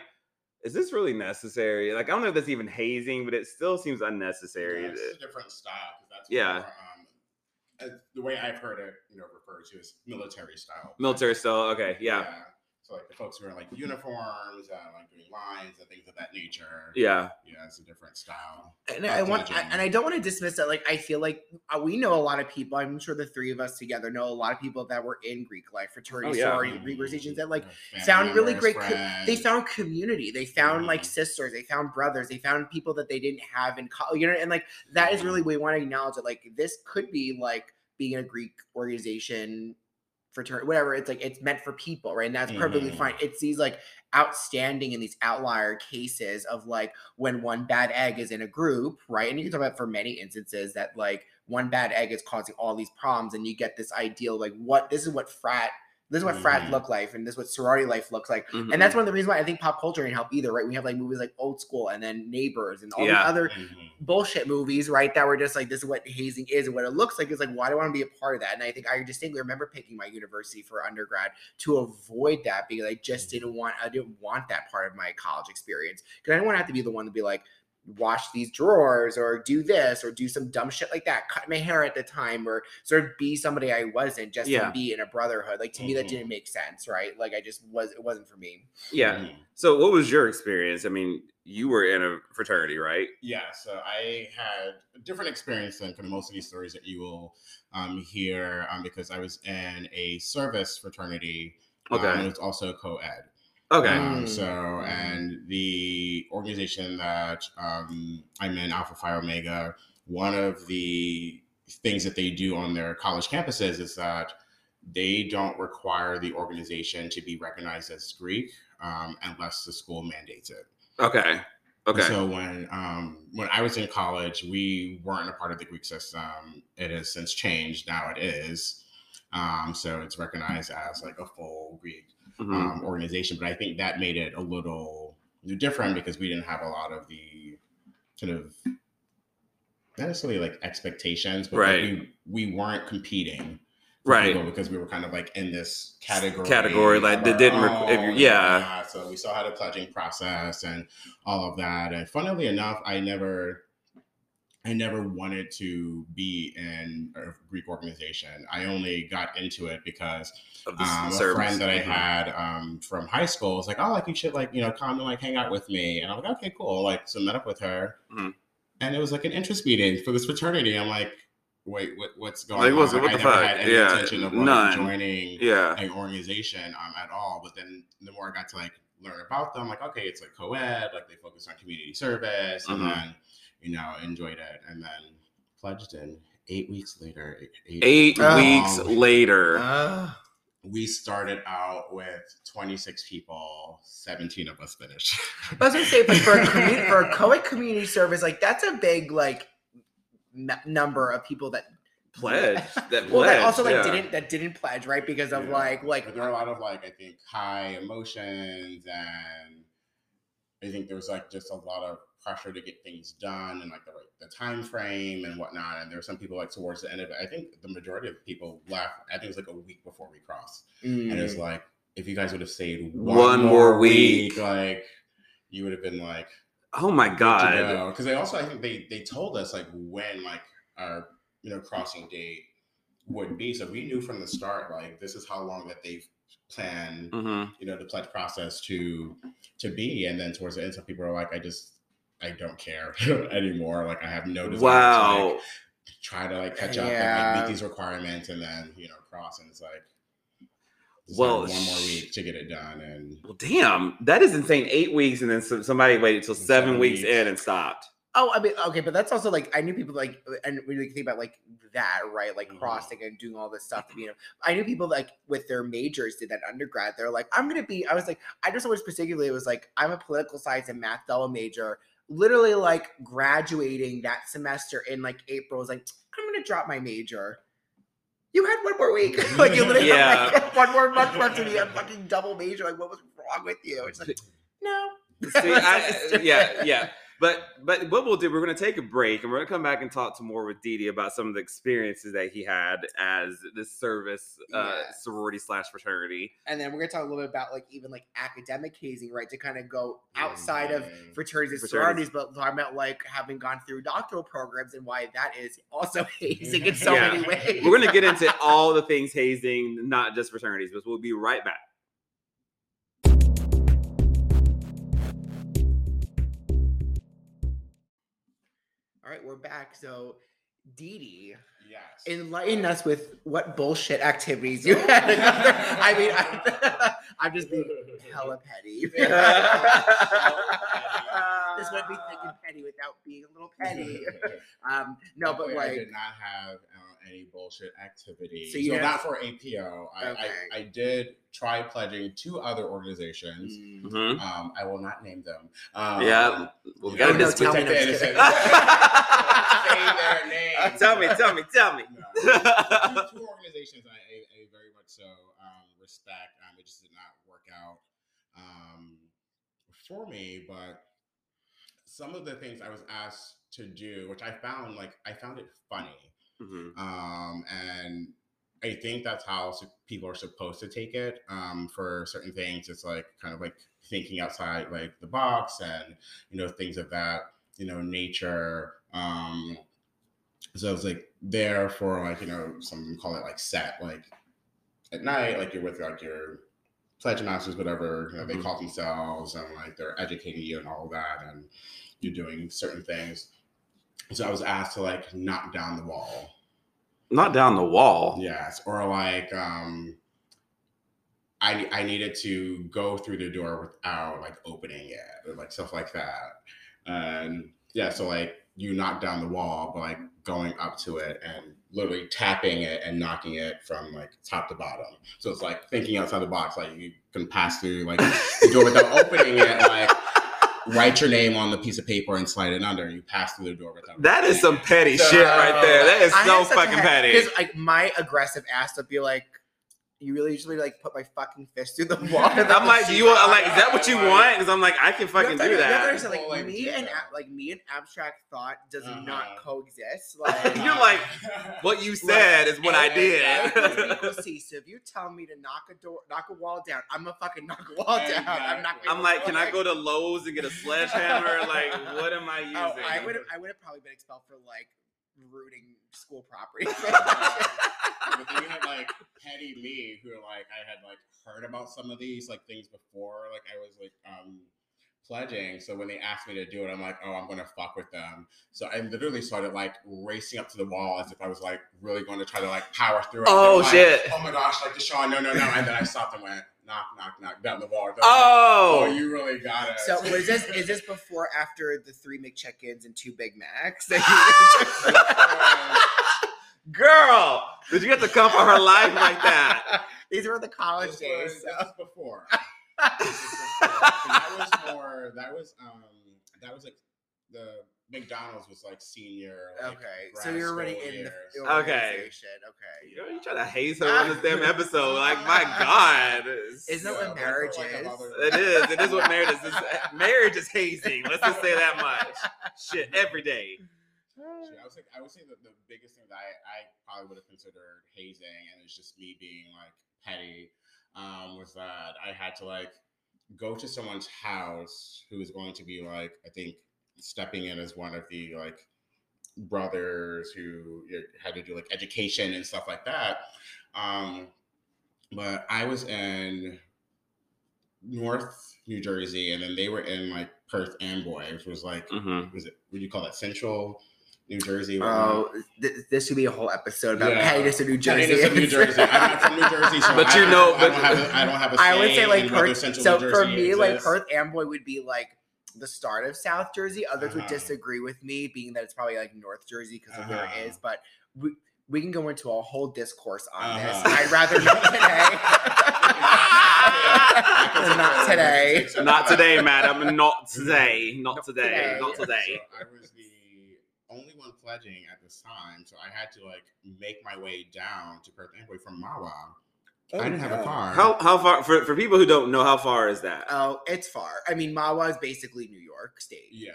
Speaker 1: is this really necessary? Like, I don't know if that's even hazing, but it still seems unnecessary.
Speaker 3: Yeah, it's just a different style. 'cause That's
Speaker 1: Yeah.
Speaker 3: more, um, uh, the way I've heard it, you know, referred to as military style.
Speaker 1: Military style, okay, yeah,
Speaker 3: So like the folks who are like uniforms, uh, like doing lines and things of that nature.
Speaker 1: yeah,
Speaker 3: Yeah, it's a different style.
Speaker 2: and I want,
Speaker 3: Diligent.
Speaker 2: and I don't want to dismiss that. Like I feel like uh, we know a lot of people. I'm sure the three of us together know a lot of people that were in Greek life fraternity,
Speaker 1: Oh, yeah.
Speaker 2: sorority, Greek organizations that like
Speaker 3: Family
Speaker 2: found really
Speaker 3: members,
Speaker 2: great. Co- they
Speaker 3: friends.
Speaker 2: found community. They found like
Speaker 3: Mhm.
Speaker 2: sisters. They found brothers. They found people that they didn't have in college. You know, and like that is really we want to acknowledge that like this could be like being a Greek organization fraternity, whatever. It's like it's meant for people, right? And that's perfectly
Speaker 3: Mhm.
Speaker 2: fine. It's these like outstanding and these outlier cases of like when one bad egg is in a group, right? And you can talk about for many instances that like one bad egg is causing all these problems, and you get this ideal like what this is what frat this is what frat
Speaker 3: Mhm.
Speaker 2: look like, and this is what sorority life looks like, and
Speaker 1: mhm.
Speaker 2: that's one of the reasons why I think pop culture didn't help either, right? We have like movies like Old School and then Neighbors and all
Speaker 1: Yeah.
Speaker 2: the other
Speaker 3: Mhm.
Speaker 2: bullshit movies, right? That were just like this is what hazing is and what it looks like. It's like why do I want to be a part of that? And I think I distinctly remember picking my university for undergrad to avoid that because I
Speaker 1: Mm.
Speaker 2: just didn't want I didn't want that part of my college experience because I didn't want to have to be the one to be like wash these drawers or do this or do some dumb shit like that. Cut my hair at the time or sort of be somebody I wasn't just
Speaker 1: Yeah. Mm-hmm.
Speaker 2: to be in a brotherhood. Like to me that
Speaker 3: Mhm.
Speaker 2: didn't make sense, right? Like I just was it wasn't for me.
Speaker 1: yeah.
Speaker 3: Mhm.
Speaker 1: So, what was your experience? I mean, you were in a fraternity, right?
Speaker 3: yeah, so I had a different experience than kind of most of these stories that you will um, hear um, because I was in a service fraternity. Um,
Speaker 1: Okay.
Speaker 3: it was also co ed.
Speaker 1: Okay.
Speaker 3: Um,
Speaker 2: Mm.
Speaker 3: so, and the organization that um, I'm in, Alpha Phi Omega, one of the things that they do on their college campuses is that they don't require the organization to be recognized as Greek um, unless the school mandates it.
Speaker 1: Okay. Okay.
Speaker 3: So when um, when I was in college, we weren't a part of the Greek system. It has since changed. Now it is. Um, so it's recognized as like a full Greek
Speaker 1: Mhm.
Speaker 3: um, organization. But I think that made it a little different because we didn't have a lot of the kind of not necessarily like expectations, but like,
Speaker 1: Right.
Speaker 3: we, we weren't competing. for
Speaker 1: Right.
Speaker 3: people Because we were kind of like in this category.
Speaker 1: Category, like,
Speaker 3: of
Speaker 1: that
Speaker 3: our
Speaker 1: didn't requ- if
Speaker 3: own
Speaker 1: you-
Speaker 3: and
Speaker 1: yeah.
Speaker 3: whatnot. So we still had a pledging process and all of that. And funnily enough, I never I never wanted to be in a Greek organization. I only got into it because
Speaker 1: Of the
Speaker 3: um,
Speaker 1: s-
Speaker 3: a
Speaker 1: service.
Speaker 3: friend that I
Speaker 1: Mhm.
Speaker 3: had um, from high school was like, "Oh, like you should like you know come and like hang out with me," and I'm like, "Okay, cool." Like, so met up with her,
Speaker 1: Mhm.
Speaker 3: and it was like an interest meeting for this fraternity. I'm like, "Wait, what, what's going
Speaker 1: Like,
Speaker 3: on?"
Speaker 1: what's-
Speaker 3: Like,
Speaker 1: what
Speaker 3: I
Speaker 1: the
Speaker 3: never
Speaker 1: fuck?
Speaker 3: had any
Speaker 1: Yeah,
Speaker 3: intention of like,
Speaker 1: none.
Speaker 3: joining
Speaker 1: Yeah.
Speaker 3: an organization um, at all. But then the more I got to like learn about them, like okay, it's like co-ed, like they focus on community service, and
Speaker 1: Mhm.
Speaker 3: then you know enjoyed it, and then pledged in. Eight weeks later,
Speaker 1: Eight
Speaker 2: Oh.
Speaker 1: weeks
Speaker 3: long-
Speaker 1: later.
Speaker 2: Ah.
Speaker 3: we started out with 26 people 17 of us finished
Speaker 2: I was gonna say, but for a commu- for a co-ed community service, like that's a big like n- number of people that
Speaker 1: pledge. That pledge.
Speaker 2: well, that also like
Speaker 1: yeah.
Speaker 2: didn't that didn't pledge, right? Because of
Speaker 3: Yeah.
Speaker 2: like like
Speaker 3: But there were a lot of like i think high emotions and i think there was like just a lot of pressure to get things done and like the, right- the time frame and whatnot and there were some people like towards the end of it i think the majority of people left i think it was like a week before we crossed
Speaker 1: Mm.
Speaker 2: mm.
Speaker 3: and
Speaker 2: Hmm.
Speaker 3: it's like if you guys would have stayed one,
Speaker 1: One
Speaker 3: more,
Speaker 1: more
Speaker 3: week
Speaker 1: week.
Speaker 3: like you would have been like
Speaker 1: Oh my god.
Speaker 3: because they also I think they they told us like when like our you know crossing date would be, so we knew from the start like this is how long that they've planned
Speaker 1: Mhm.
Speaker 3: you know the pledge process to to be, and then towards the end, some people are like, I just I don't care anymore. Like I have no desire to like,
Speaker 1: Wow.
Speaker 3: try to like catch up and
Speaker 2: Yeah.
Speaker 3: like, meet these requirements, and then you know cross, and it's like. just, like,
Speaker 1: Well,
Speaker 3: one more
Speaker 1: sh-
Speaker 3: week to get it done, and
Speaker 1: Well, damn, that is insane. Eight weeks, and then some, somebody waited till seven,
Speaker 3: Seven
Speaker 1: weeks,
Speaker 3: weeks.
Speaker 1: in and stopped.
Speaker 2: Oh, I mean, okay, but that's also like I knew people like, and when you think about like that, right? Like
Speaker 3: Mhm.
Speaker 2: crossing and doing all this stuff. You know, I knew people like with their majors did that undergrad. They're like, I'm gonna be. I was like, I just always particularly was like, I'm a political science and math double major. Literally, like graduating that semester in like April, I was like, I'm gonna drop my major. You had one more week, like you literally had, like, one more month left to be a fucking double major. Like, what was wrong with you? It's like, no.
Speaker 1: See, I, uh,
Speaker 2: Stupid.
Speaker 1: yeah, yeah. But but what we'll do, we're gonna take a break, and we're gonna come back and talk to more with Didi about some of the experiences that he had as this service uh,
Speaker 2: Yes.
Speaker 1: sorority slash fraternity.
Speaker 2: and then we're gonna talk a little bit about like even like academic hazing, right? To kind of go outside of
Speaker 3: Mhm.
Speaker 2: fraternities and
Speaker 1: Fraternities.
Speaker 2: sororities, but talking about like having gone through doctoral programs and why that is also hazing in so
Speaker 1: Yeah.
Speaker 2: many ways.
Speaker 1: We're gonna get into all the things hazing, not just fraternities, but we'll be right back.
Speaker 2: all right, we're back. So, Dee Dee,
Speaker 3: yes.
Speaker 2: enlighten us with what bullshit activities you had. another- I mean, I'm, I'm just being hella petty. this might be thinking petty without being a little petty. Um, no,
Speaker 1: Oh,
Speaker 2: but
Speaker 3: Luckily, I
Speaker 2: like,
Speaker 3: did not have uh, any bullshit activity.
Speaker 2: So
Speaker 3: So,
Speaker 2: you didn't-
Speaker 3: not for APO. I,
Speaker 2: Okay.
Speaker 3: I, I did try pledging to other organizations.
Speaker 2: mm,
Speaker 1: Mhm.
Speaker 3: Um, I will not name them. Um, oh,
Speaker 1: Yeah, Well, we
Speaker 3: you
Speaker 1: gotta
Speaker 3: know,
Speaker 2: no,
Speaker 1: just
Speaker 2: tell me,
Speaker 3: protect the
Speaker 2: I'm just
Speaker 3: innocent. Say their
Speaker 1: Uh,
Speaker 3: names.
Speaker 1: tell me, tell me, tell me.
Speaker 3: No. Two, two organizations I, I, I very much so um, respect. Um, it just did not work out um, for me, but some of the things I was asked to do, which I found like I found it funny
Speaker 1: Mhm.
Speaker 3: um, and I think that's how s- people are supposed to take it. Um, for certain things, it's like kind of like thinking outside like the box, and you know things of that you know nature. Um, so I was like there for like you know some call it like set like at night, like you're with like your pledge masters, whatever you know, they
Speaker 1: Mhm.
Speaker 3: call themselves, and like they're educating you and all that, and you're doing certain things. So I was asked to like knock down the wall.
Speaker 1: Not down the wall.
Speaker 3: Yes, or like um I, I needed to go through the door without like opening it or like stuff like that. And yeah, so like you knock down the wall, but like going up to it and literally tapping it and knocking it from like top to bottom. So it's like thinking outside the box, like you can pass through like the door without opening it, like write your name on the piece of paper and slide it under. You pass through the door without
Speaker 1: That is
Speaker 3: opening
Speaker 1: some
Speaker 3: it.
Speaker 1: petty
Speaker 3: So-
Speaker 1: shit right there. That is
Speaker 2: I
Speaker 1: so
Speaker 2: am such a
Speaker 1: fucking
Speaker 2: hack,
Speaker 1: petty.
Speaker 2: 'cause, like my aggressive ass would be like, you really usually like put my fucking fist through the wall. and,
Speaker 1: I'm like,
Speaker 2: see
Speaker 1: you
Speaker 2: my
Speaker 1: want,
Speaker 2: eye.
Speaker 1: like, is that what you
Speaker 3: Like-
Speaker 1: want? Because I'm like, I can
Speaker 2: You
Speaker 1: fucking
Speaker 2: have to-
Speaker 1: do
Speaker 2: you have to
Speaker 1: that.
Speaker 2: understand,
Speaker 3: People,
Speaker 2: like
Speaker 3: like,
Speaker 2: me
Speaker 3: do
Speaker 2: and
Speaker 3: that.
Speaker 2: ab- like me and abstract thought does
Speaker 3: Uh-huh.
Speaker 2: not coexist. Like
Speaker 1: You're like, What you said is what I
Speaker 2: and-
Speaker 1: did.
Speaker 2: and let's be cohesive. If you tell me to knock a door, knock a wall down, I'm gonna fucking knock a wall down. I'm not.
Speaker 3: Exactly.
Speaker 2: gonna
Speaker 1: I'm like,
Speaker 2: go
Speaker 1: can I go to Lowe's and get a sledgehammer? Like, what am I using?
Speaker 2: Oh, I would. I would have probably been expelled for like looting school property.
Speaker 3: but then you had like petty me who like I had like heard about some of these like things before like I was like um pledging so when they asked me to do it I'm like oh I'm gonna fuck with them so I literally started like racing up to the wall as if I was like really going to try to like power through it
Speaker 1: Oh,
Speaker 3: Like,
Speaker 1: shit.
Speaker 3: oh my gosh like Deshaun no no no and then I stopped and went knock knock knock down the wall
Speaker 1: Oh,
Speaker 3: oh you really got it
Speaker 2: so was this? Is this before, or after the three McChickens and two Big Macs?
Speaker 1: girl, did you have to come for her life like that?
Speaker 2: These were the college
Speaker 3: this was,
Speaker 2: days.
Speaker 3: this
Speaker 2: so-
Speaker 3: was before. This was before. So that was for that was um that was like the McDonald's was like senior. Like,
Speaker 2: Okay, so
Speaker 3: grad
Speaker 2: you're already
Speaker 3: school
Speaker 2: in
Speaker 3: years.
Speaker 2: the
Speaker 1: Okay.
Speaker 2: organization. Okay.
Speaker 1: Yo, You trying to haze her on this damn episode? Like, my God,
Speaker 2: Isn't that
Speaker 3: Yeah,
Speaker 2: what
Speaker 3: that's what,
Speaker 2: marriage
Speaker 3: like,
Speaker 2: is?
Speaker 3: another-
Speaker 1: it is. It is what marriage is. It's- marriage is hazing. Let's just say that much. Shit, every day.
Speaker 3: Shit, I was like, I would say that the biggest thing that I, I probably would have considered hazing, and it's just me being like petty, um, was that I had to like go to someone's house who was going to be like, I think stepping in as one of the like brothers who you know, had to do like education and stuff like that. Um, but I was in North New Jersey, and then they were in like Perth Amboy, which was like
Speaker 1: Mm-hmm.
Speaker 3: was it what do you call that central new jersey where-
Speaker 2: Oh, th- this should be a whole episode about
Speaker 3: Yeah.
Speaker 2: pettiness in New
Speaker 3: I mean,
Speaker 2: Jersey.
Speaker 3: it's in New Jersey. I'm not from New Jersey, so
Speaker 1: But
Speaker 3: I
Speaker 1: you
Speaker 3: don't-
Speaker 1: know-
Speaker 3: I
Speaker 1: but-
Speaker 3: don't have a, I don't have a
Speaker 2: I would say
Speaker 3: say
Speaker 2: like
Speaker 3: in whether
Speaker 2: Perth.
Speaker 3: Central
Speaker 2: So
Speaker 3: New
Speaker 2: for
Speaker 3: Jersey
Speaker 2: me, like
Speaker 3: exists.
Speaker 2: Perth Amboy would be like the start of South Jersey. Others would
Speaker 3: Uh-huh.
Speaker 2: disagree with me, being that it's probably like North Jersey because of where
Speaker 3: Uh-huh.
Speaker 2: it is. But we we can go into a whole discourse on this.
Speaker 3: Uh-huh.
Speaker 2: I'd rather not today.
Speaker 1: Not
Speaker 2: not today.
Speaker 1: Not today, madam. Not today. Not
Speaker 2: today.
Speaker 1: today. Not today.
Speaker 3: So I was the only one pledging at this time, so I had to like make my way down to Perth Amboy from Mawa.
Speaker 2: Oh,
Speaker 3: I didn't have a car.
Speaker 1: How how far for, for people who don't know how far is that?
Speaker 2: Oh, it's far. I mean, Mawa is basically New York State.
Speaker 3: Yeah.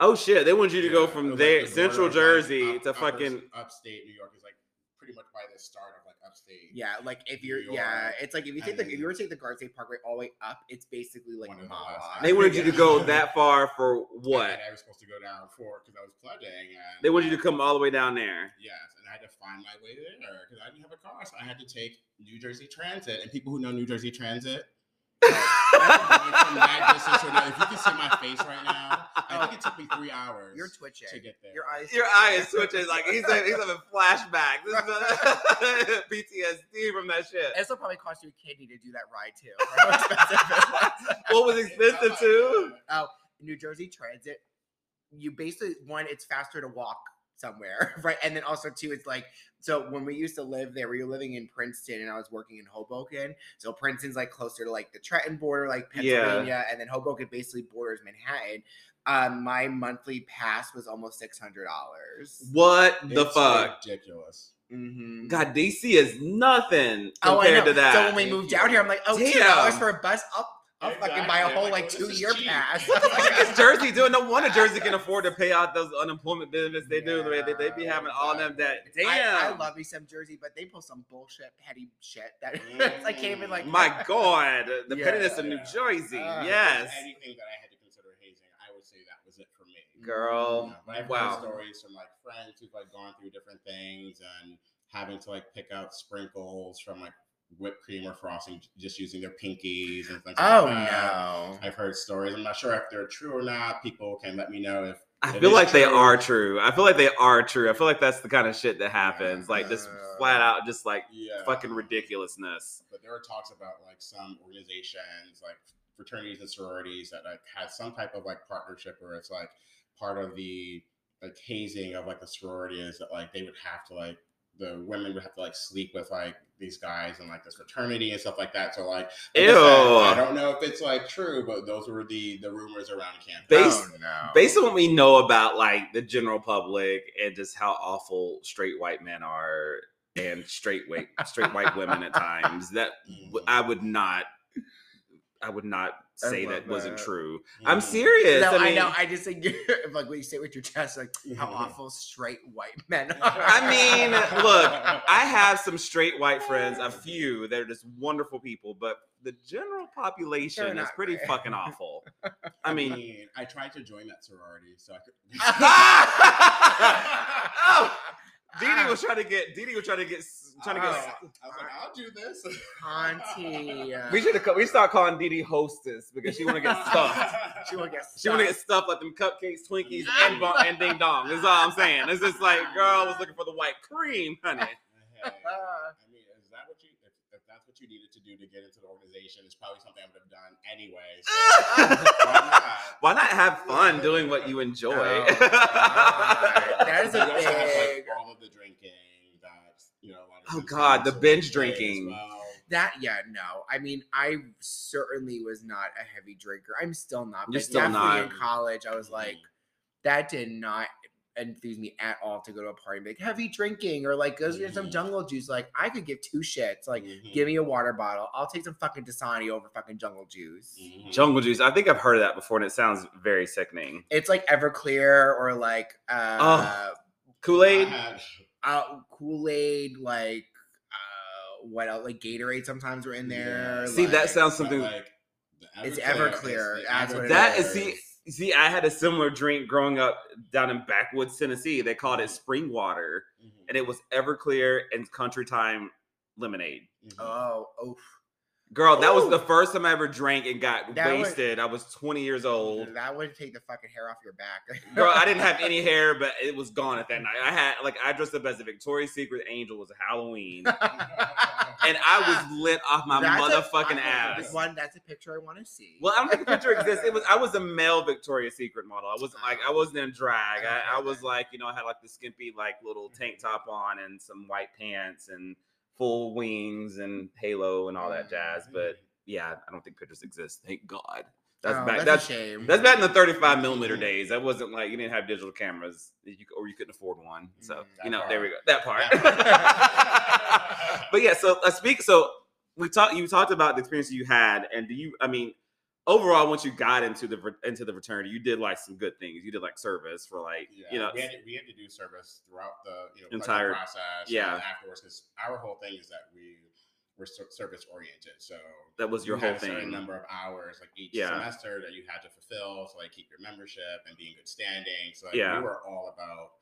Speaker 1: Oh shit! They want you to
Speaker 3: Yeah,
Speaker 1: go
Speaker 3: it
Speaker 1: from
Speaker 3: was, like,
Speaker 1: there,
Speaker 3: the border
Speaker 1: Central
Speaker 3: of, like,
Speaker 1: Jersey,
Speaker 3: up-
Speaker 1: to
Speaker 3: upper-
Speaker 1: fucking
Speaker 3: upstate New York is like pretty much by the start of like upstate.
Speaker 2: Yeah, like if you're,
Speaker 3: New
Speaker 2: yeah,
Speaker 3: York,
Speaker 2: it's like if you take
Speaker 3: and
Speaker 2: the if
Speaker 3: then-
Speaker 2: you were to take the Guards State Parkway all the way up, it's basically like
Speaker 3: One of the
Speaker 2: Mawa.
Speaker 3: last-
Speaker 1: They wanted you to
Speaker 3: Yeah.
Speaker 1: go that far for what?
Speaker 3: And I was supposed to go down for because I was pledging. And
Speaker 1: They wanted you to come all the way down there.
Speaker 3: Yes, and I had to find my way there because I didn't have a car, so I had to take New Jersey Transit. And people who know New Jersey Transit, going from that distance to another- if you can see my face right now, I think it took me three hours
Speaker 2: You're twitching.
Speaker 3: to get there.
Speaker 2: Your eyes.
Speaker 1: Your eye is switching. Like he's having, he's having flashbacks. This is PTSD from that shit.
Speaker 2: This will probably cost you a kidney to do that ride too. How expensive it was.
Speaker 1: What was expensive too?
Speaker 2: New Jersey Transit, you basically one, it's faster to walk somewhere, right? And then also two, it's like so when we used to live there, we were living in Princeton, and I was working in Hoboken. So Princeton's like closer to like the Trenton border, like
Speaker 1: Yeah.
Speaker 2: Pennsylvania, and then Hoboken basically borders Manhattan. Um, my monthly pass was almost six hundred dollars.
Speaker 1: What the
Speaker 3: It's
Speaker 1: fuck?
Speaker 3: Ridiculous.
Speaker 2: Mm-hmm.
Speaker 1: God, DC is nothing
Speaker 2: Oh, I
Speaker 1: compared
Speaker 2: know.
Speaker 1: to that.
Speaker 2: So when we moved out here, I'm like, oh, two dollars
Speaker 1: Damn.
Speaker 2: for a bus. I'll, I'll fucking buy a
Speaker 3: Exactly.
Speaker 2: whole like,
Speaker 3: Like, oh, this
Speaker 2: two
Speaker 3: is
Speaker 2: year
Speaker 3: cheap.
Speaker 2: pass.
Speaker 1: Like, it's Jersey doing no wonder Jersey can afford to pay out those unemployment benefits they do. They, they, they be having all them debt. Damn.
Speaker 2: I, I love me some Jersey, but they pull some bullshit, petty shit that I can't even like.
Speaker 1: My God, the
Speaker 2: Yeah.
Speaker 1: pettiness of New
Speaker 3: Yeah.
Speaker 1: Jersey.
Speaker 2: Uh,
Speaker 1: yes.
Speaker 3: Anything that I had to consider hazing, I would say that was it for me.
Speaker 1: Girl.
Speaker 3: Yeah, but I've
Speaker 1: Um, Wow.
Speaker 3: heard stories from like friends who've like gone through different things and having to like pick out sprinkles from like whipped cream or frosting j- just using their pinkies and things like
Speaker 2: Oh
Speaker 3: that.
Speaker 2: no.
Speaker 3: I've heard stories. I'm not sure if they're true or not. People can let me know if
Speaker 1: I
Speaker 3: It
Speaker 1: feel
Speaker 3: is
Speaker 1: like they
Speaker 3: true.
Speaker 1: are true. I feel like they are true. I feel like that's the kind of shit that happens. Like just
Speaker 2: Yeah.
Speaker 1: flat out, just like
Speaker 3: Yeah.
Speaker 1: fucking ridiculousness.
Speaker 3: But there are talks about like some organizations, like fraternities and sororities, that like has some type of like partnership where it's like part of the like hazing of like the sorority is that like they would have to like the women would have to like sleep with like these guys and like this fraternity and stuff like that. So like, like I said, I
Speaker 1: Ew.
Speaker 3: don't know if it's like true, but those were the the rumors around camp.
Speaker 1: Based-
Speaker 2: oh, no.
Speaker 1: Based on what we know about like the general public and just how awful straight white men are and straight white straight white women at times, that
Speaker 3: Mm-hmm.
Speaker 1: w- I would not, I would not
Speaker 2: I
Speaker 1: say that, Mm-hmm.
Speaker 2: love
Speaker 1: wasn't
Speaker 2: that.
Speaker 1: true. I'm
Speaker 3: Mm.
Speaker 1: serious.
Speaker 2: no,
Speaker 1: I,
Speaker 2: I,
Speaker 1: mean,
Speaker 2: know. I just think you're like when you say it with your chest, like how
Speaker 3: Mm-hmm.
Speaker 2: awful straight white men are.
Speaker 1: I mean, look, I have some straight white friends, a few that are just wonderful people, but the general population is
Speaker 2: not
Speaker 1: pretty
Speaker 2: great.
Speaker 1: fucking awful. I mean,
Speaker 3: I tried to join that sorority, so I could.
Speaker 1: oh, Didi was trying to get Didi was trying to get trying to get.
Speaker 2: Oh,
Speaker 3: I was like, I'll do this.
Speaker 2: Auntie. uh,
Speaker 1: We should have we start calling Didi hostess because she want to get stuffed.
Speaker 2: She want to get.
Speaker 1: She want to get stuffed like them cupcakes, Twinkies, and, bon- and ding dong. That's all I'm saying. It's just like, girl, I was looking for the white cream, honey.
Speaker 3: Hey, I mean, is that what you? If, if that's what you needed to do to get into the organization, it's probably something I would have done anyway. So why
Speaker 1: Why not have fun doing what you enjoy?
Speaker 2: Oh,
Speaker 1: Oh,
Speaker 2: God.
Speaker 3: not?
Speaker 2: That is a
Speaker 3: You also have,
Speaker 2: big-
Speaker 3: like, all of the drinking that you know. a lot of
Speaker 1: Oh,
Speaker 3: things
Speaker 1: God,
Speaker 3: do
Speaker 1: the
Speaker 3: to
Speaker 1: binge
Speaker 3: play as
Speaker 1: drinking.
Speaker 3: well.
Speaker 2: That yeah no I mean I certainly was not a heavy drinker I'm still not
Speaker 1: You're
Speaker 2: but
Speaker 1: still
Speaker 2: definitely
Speaker 1: not. Mm-hmm.
Speaker 2: in college I was like that did not enthuse me at all to go to a party and be like heavy drinking or like goes get some
Speaker 3: Mhm.
Speaker 1: Mm-hmm.
Speaker 2: jungle juice like I could give two shits like
Speaker 3: Mhm.
Speaker 2: give me a water bottle I'll take some fucking Dasani over fucking jungle juice
Speaker 3: Mhm.
Speaker 1: Jungle Juice. I think I've heard of that before, and it sounds very sickening.
Speaker 2: it's like Everclear or like uh,
Speaker 1: Kool Aid.
Speaker 3: I had-
Speaker 2: uh Kool Aid like uh what else like Gatorade sometimes were in there
Speaker 3: Yeah,
Speaker 1: See,
Speaker 2: like,
Speaker 1: that sounds something-
Speaker 3: but, like, the
Speaker 2: it's Everclear
Speaker 3: Everclear is the
Speaker 2: that's what it
Speaker 1: That is
Speaker 2: is.
Speaker 1: the- See, I had a similar drink growing up down in backwoods Tennessee. They called it spring water,
Speaker 3: Mhm.
Speaker 1: and it was Everclear and Country Time lemonade.
Speaker 3: Mhm.
Speaker 2: oh oh
Speaker 1: Girl, that was
Speaker 2: Ooh.
Speaker 1: the first time I ever drank and got
Speaker 2: That was-
Speaker 1: wasted. I was 20 years old.
Speaker 2: That would take the fucking hair off your back.
Speaker 1: Girl, I didn't have any hair, but it was gone at that night. I had like I dressed up as a Victoria's Secret angel. It was Halloween, and I was lit off my
Speaker 2: That's a-
Speaker 1: motherfucking
Speaker 2: I-
Speaker 1: ass.
Speaker 2: One, that's a picture I want to see.
Speaker 1: Well, I don't think the picture exists. It was I was a male Victoria's Secret model. I wasn't like I wasn't in drag. I, I was like you know I had like the skimpy like little tank top on and some white pants and full wings and halo and all that jazz.
Speaker 3: Mm-hmm.
Speaker 1: But yeah, I don't think pictures exist. Thank God. That's
Speaker 2: Oh,
Speaker 1: back.
Speaker 2: a
Speaker 1: That's
Speaker 2: shame.
Speaker 1: that's back in the 35 millimeter days. That wasn't like you didn't have digital cameras, you, or you couldn't afford one. So
Speaker 2: Mm,
Speaker 1: you
Speaker 3: that
Speaker 1: know, there we go.
Speaker 3: part.
Speaker 1: That part.
Speaker 3: That part.
Speaker 1: but yeah, so I speak. So we talked. You talked about the experience you had, and do you? I mean, overall, once you got into the fr- into the fraternity, you did like some good things. You did like service for like
Speaker 3: Yeah,
Speaker 1: you know.
Speaker 3: we had, to, we had to do service throughout the you know like, the
Speaker 1: Entire-
Speaker 3: process. and
Speaker 1: yeah.
Speaker 3: afterwards, because our whole thing is that we were service oriented, so
Speaker 1: That was your
Speaker 3: you
Speaker 1: whole
Speaker 3: had a certain
Speaker 1: thing.
Speaker 3: number of hours like each
Speaker 1: Yeah.
Speaker 3: semester that you had to fulfill to like keep your membership and be in good standing. So like,
Speaker 1: Yeah.
Speaker 3: we were all about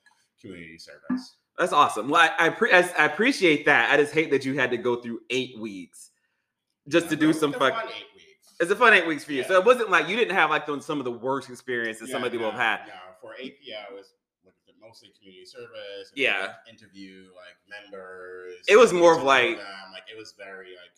Speaker 3: community service.
Speaker 1: That's awesome. Well, I I, pre- I I appreciate that. I just hate that you had to go through eight weeks just to
Speaker 3: Uh,
Speaker 1: do
Speaker 3: it
Speaker 1: some
Speaker 3: was a
Speaker 1: fuck.
Speaker 3: fun eight weeks.
Speaker 1: It's a fun eight weeks for you.
Speaker 3: Yeah.
Speaker 1: So it wasn't like you didn't have like those, some of the worst experiences some
Speaker 3: Yeah,
Speaker 1: other people
Speaker 3: no,
Speaker 1: have had.
Speaker 3: No, for API, it was like, mostly community service. and,
Speaker 1: Yeah.
Speaker 3: like, interview like members.
Speaker 1: It was more of,
Speaker 3: get to know
Speaker 1: like-
Speaker 3: them, like it was very like